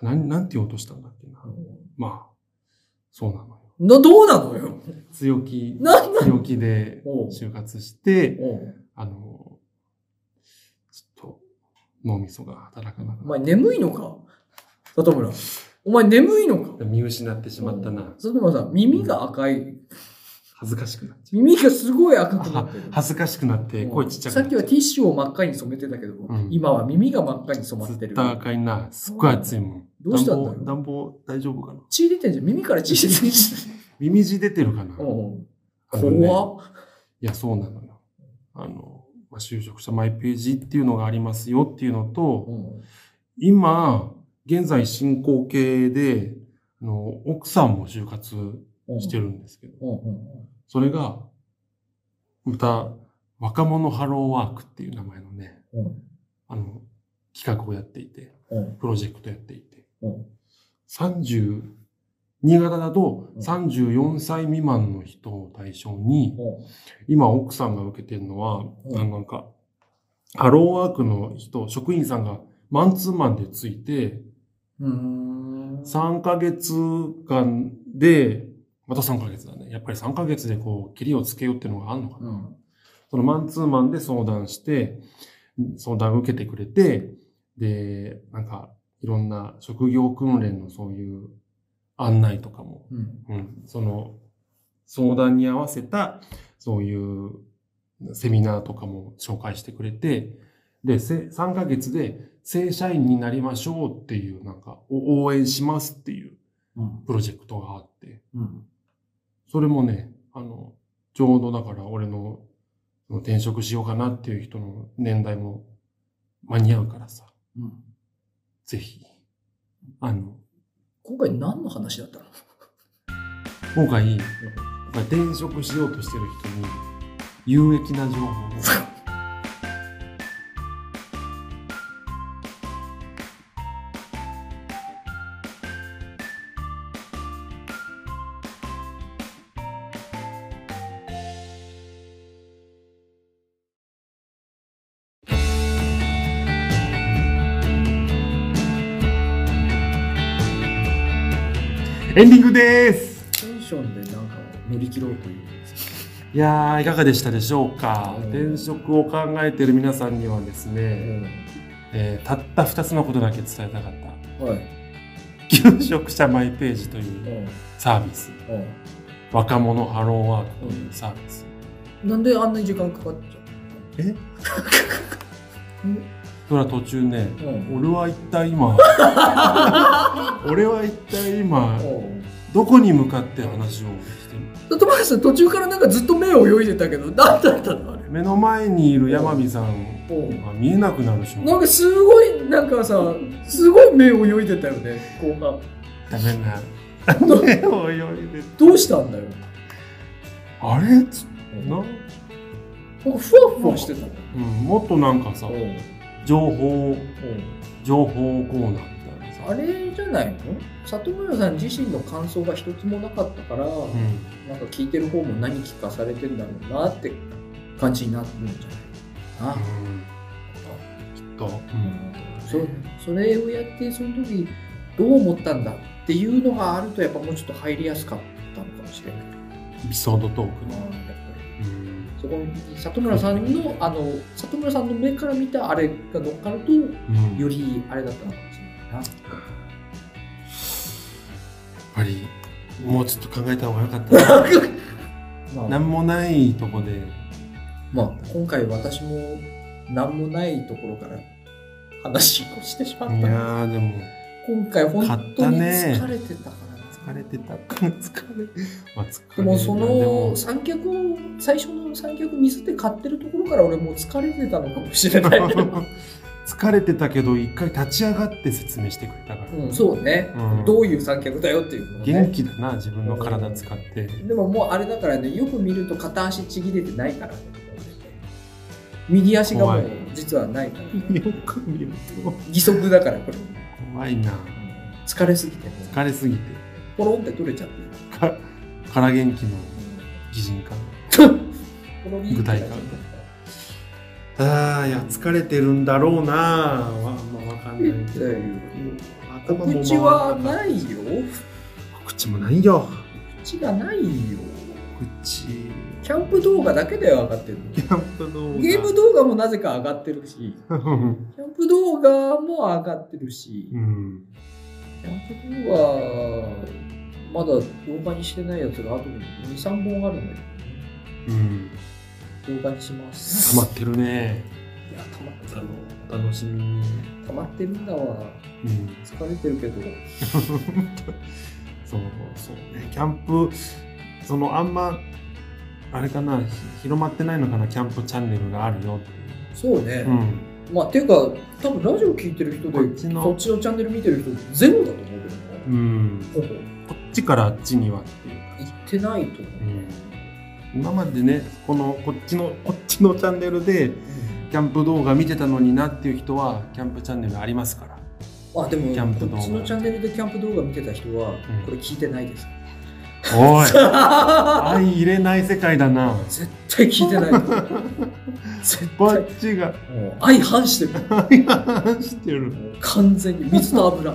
Speaker 3: なん、なんて言おうとしたんだっけな。まあ、そうなのよ。
Speaker 2: な、どうなのよ。
Speaker 3: 強気、
Speaker 2: なんだ
Speaker 3: 強気で
Speaker 2: おう
Speaker 3: 就活して、
Speaker 2: おう
Speaker 3: あの、ちょっと脳みそが働かな
Speaker 2: お
Speaker 3: くなっ
Speaker 2: 前眠いのか里村。お前眠いのか
Speaker 3: て見失ってしまったな。
Speaker 2: 里村さん、耳が赤い。
Speaker 3: 恥ずかしくなっち
Speaker 2: 耳がすごい赤くな
Speaker 3: ゃ
Speaker 2: っ
Speaker 3: う
Speaker 2: てる。。
Speaker 3: 恥ずかしくなって声ちっちゃく
Speaker 2: さ
Speaker 3: な
Speaker 2: っ
Speaker 3: っ
Speaker 2: き
Speaker 3: ちゃ
Speaker 2: は
Speaker 3: う
Speaker 2: ティッシュを真っ赤に染めてたけど、
Speaker 3: うん
Speaker 2: 今は耳が真っ赤に染まって
Speaker 3: ずっ
Speaker 2: る。
Speaker 3: と赤いな。すっごい暑いもん。
Speaker 2: どうしたんだよ
Speaker 3: 暖房、暖房大丈夫かな
Speaker 2: 血出てんじゃん。耳から血出てんじ
Speaker 3: 耳血出てるかな
Speaker 2: ゃん。うん
Speaker 3: あのね
Speaker 2: 怖っ。
Speaker 3: いや、そうなのよ。あの、まあ、就職者マイページっていうのがありますよっていうのと、
Speaker 2: うん
Speaker 3: 今、現在進行形で、あの、奥さんも就活
Speaker 2: うん
Speaker 3: してるんですけど、
Speaker 2: うんうん
Speaker 3: それが、また、若者ハローワークっていう名前のね、
Speaker 2: うん
Speaker 3: あの、企画をやっていて、
Speaker 2: うん
Speaker 3: プロジェクトやっていて、
Speaker 2: うん
Speaker 3: 30、新潟だと
Speaker 2: うん
Speaker 3: 34歳未満の人を対象に、
Speaker 2: うん
Speaker 3: 今奥さんが受けてるのは、
Speaker 2: うん
Speaker 3: あのなんか、ハローワークの人、職員さんがマンツーマンでついて、
Speaker 2: うん。うーん。
Speaker 3: 3ヶ月間で、また3ヶ月だね。やっぱり3ヶ月でこう、キリをつけようっていうのがあるのかな。
Speaker 2: うん
Speaker 3: そのマンツーマンで相談して、相談を受けてくれて、で、なんか、いろんな職業訓練のそういう案内とかも
Speaker 2: うん。
Speaker 3: うん、その相談に合わせたそういうセミナーとかも紹介してくれてでせ3ヶ月で正社員になりましょうっていうなんかお応援しますっていう
Speaker 2: うん。
Speaker 3: プロジェクトがあって
Speaker 2: うん。
Speaker 3: それもねあのちょうどだから俺のその転職しようかなっていう人の年代も間に合うからさ
Speaker 2: うん
Speaker 3: ぜひあの、
Speaker 6: 今回何の話だったの
Speaker 3: 今回、やっぱり転職しようとしてる人に、有益な情報を。エンディングです
Speaker 2: テンションでなんか乗り切ろうという。
Speaker 3: いやーいかがでしたでしょうか、
Speaker 2: うん
Speaker 3: 転職を考えている皆さんにはですね、えーたった2つのことだけ伝えたかった
Speaker 2: はい。
Speaker 3: 求職者マイページというサービス
Speaker 2: うん
Speaker 3: 若者ハローワークというサービス、
Speaker 2: うん。なんであんなに時間かかっちゃ
Speaker 3: それは途中ね
Speaker 2: ううん。
Speaker 3: 俺は一体 今俺は一体今
Speaker 2: うん
Speaker 3: どこに向かって話をしてる
Speaker 2: だ友達さん途中からなんかずっと目を泳いでたけど、なんだったのあれ。
Speaker 3: 目の前にいる山美さん
Speaker 2: うん
Speaker 3: が見えなくなる瞬
Speaker 2: なん
Speaker 3: 間
Speaker 2: かすごい、なんかさ、すごい目泳いでたよね、後半。
Speaker 3: ダメな目 を泳いで
Speaker 2: どうしたんだよ。
Speaker 3: あれつな、
Speaker 2: なんかふわふわしてたの。
Speaker 3: うん、もっとなんかさ
Speaker 2: うんうん
Speaker 3: 情報情報コーナーみたいな
Speaker 2: あ
Speaker 3: さ、
Speaker 2: れじゃないの里村さん自身の感想が一つもなかったから、
Speaker 3: うん、
Speaker 2: なんか聞いてる方も何聞かされてんだろうなって感じになってるんじゃないかな。
Speaker 3: きっと、
Speaker 2: そそれをやってその時どう思ったんだっていうのがあるとやっぱもうちょっと入りやすかったのかもしれないな
Speaker 3: エピソードトークの、
Speaker 2: やっぱりそこに里村さんのあの里村さんの目から見たあれが乗っかると
Speaker 3: うんや
Speaker 2: よ
Speaker 3: っ
Speaker 2: りあれだったのかもしれないな
Speaker 3: ぱりもうちょっと考えた方が良か ったな
Speaker 2: まあ、
Speaker 3: 何もないとこで
Speaker 2: まあ、今回私も何もないところから話をしてしま
Speaker 3: い
Speaker 2: った
Speaker 3: やーでも
Speaker 2: 今回本当
Speaker 3: 買っ
Speaker 2: に
Speaker 3: たね
Speaker 2: 疲れてたからな
Speaker 3: 疲れてた 疲れまあ疲れ
Speaker 2: でもそ
Speaker 3: で
Speaker 2: の
Speaker 3: も
Speaker 2: 三脚を最初の三脚ミスって買ってるところから俺もう疲れてたのかもしれ ないけど、
Speaker 3: 疲れてたけど一回立ち上がって説明してくれたから、
Speaker 2: うん、そうね、
Speaker 3: うん
Speaker 2: どういう三脚だよっていうのを
Speaker 3: 元
Speaker 2: ね
Speaker 3: 気だな自分の体使って
Speaker 2: でももうあれだからねよく見ると片足ちぎれてないからね右足がもう
Speaker 3: 怖い
Speaker 2: 実はないか ら
Speaker 3: よく見ると
Speaker 2: 義足だからこれ
Speaker 3: 怖いな
Speaker 2: 疲れすぎてもう
Speaker 3: 疲れすぎて
Speaker 2: ポロンって取れちゃってる
Speaker 3: かから元気の擬人化
Speaker 2: ポロリンってなっちゃってる
Speaker 3: ああいや疲れてるんだろうなわまあわかんないけど
Speaker 2: だよ
Speaker 3: 頭も回らなかった
Speaker 2: 告知はないよ
Speaker 3: 口もないよ
Speaker 2: 告知がないよ
Speaker 3: 口
Speaker 2: キャンプ動画だけで上がってるの
Speaker 3: キャンプ動画
Speaker 2: ゲーム動画もなぜか上がってるし、キャンプ動画も上がってるし、
Speaker 3: うん
Speaker 2: キャンプ動画、まだ動画にしてないやつがあと2、3本あるんだ
Speaker 3: うん
Speaker 2: けど、動画にします。
Speaker 3: 溜まってるね
Speaker 2: いや、たまってる。
Speaker 3: 楽しみに
Speaker 2: たまってるんだわ。
Speaker 3: うん
Speaker 2: 疲れてるけど。
Speaker 3: そうそうねキャンプそのあんまあれかなひ広まってないのかなキャンプチャンネルがあるよってい
Speaker 2: そうね。
Speaker 3: ううん
Speaker 2: まあ、ていうか、多分ラジオ聞いてる人で、
Speaker 3: こっちの
Speaker 2: そっちのチャンネル見てる人、ゼロだと思うけどね。
Speaker 3: うん
Speaker 2: ほぼ。
Speaker 3: こっちからあっちにはっていう
Speaker 2: 行ってないと思う。
Speaker 3: うん今までねこのこっちのこっちのチャンネルでキャンプ動画見てたのになっていう人はキャンプチャンネルありますから
Speaker 2: まあでも
Speaker 3: キャンプ動画
Speaker 2: こっちのチャンネルでキャンプ動画見てた人は、
Speaker 3: ん
Speaker 2: これ聞いてないです
Speaker 3: おい相入れない世界だな
Speaker 2: 絶対聞いてない絶
Speaker 3: こ
Speaker 2: 対
Speaker 3: っちが
Speaker 2: もう相反してる
Speaker 3: 話してる
Speaker 2: 完全に水と油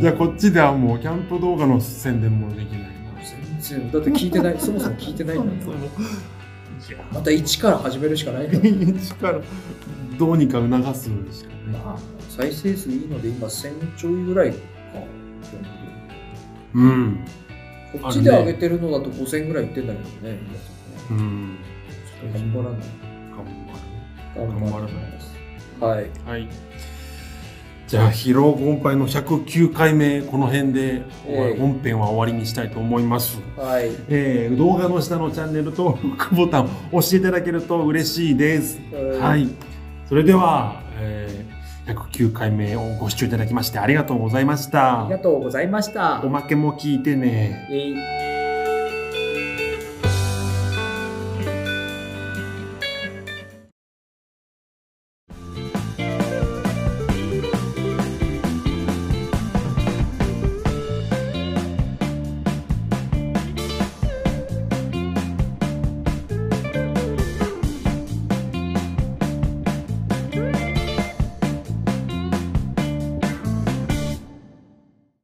Speaker 3: じゃあこっちではもうキャンプ動画の宣伝もできないな
Speaker 2: 全然だって聞いて ないそもそも聞いてないんだ
Speaker 3: そ
Speaker 2: よ
Speaker 3: の
Speaker 2: また一から始めるしかないんだよ
Speaker 3: 一からどうにか促すしかね
Speaker 2: まあ再生数いいので今1000ちょいぐらいか
Speaker 3: うん
Speaker 2: こっちで上げてるのだと5000ぐらいいってんだけどね今ち
Speaker 3: うん
Speaker 2: ょっと頑張らない
Speaker 3: 頑
Speaker 2: 頑張らないです
Speaker 3: 張
Speaker 2: はい
Speaker 3: るはいじゃあ疲労困憊の109回目この辺で、終わ
Speaker 2: ええ
Speaker 3: 本編は終わりにしたいと思います
Speaker 2: はい
Speaker 3: えー動画の下のチャンネル登録ボタンを押していただけると嬉しいです。はい。それでは、えー109回目をご視聴いただきましてありがとうございました
Speaker 2: ありが。とうございました
Speaker 3: お。まけも聞いてね。
Speaker 2: えい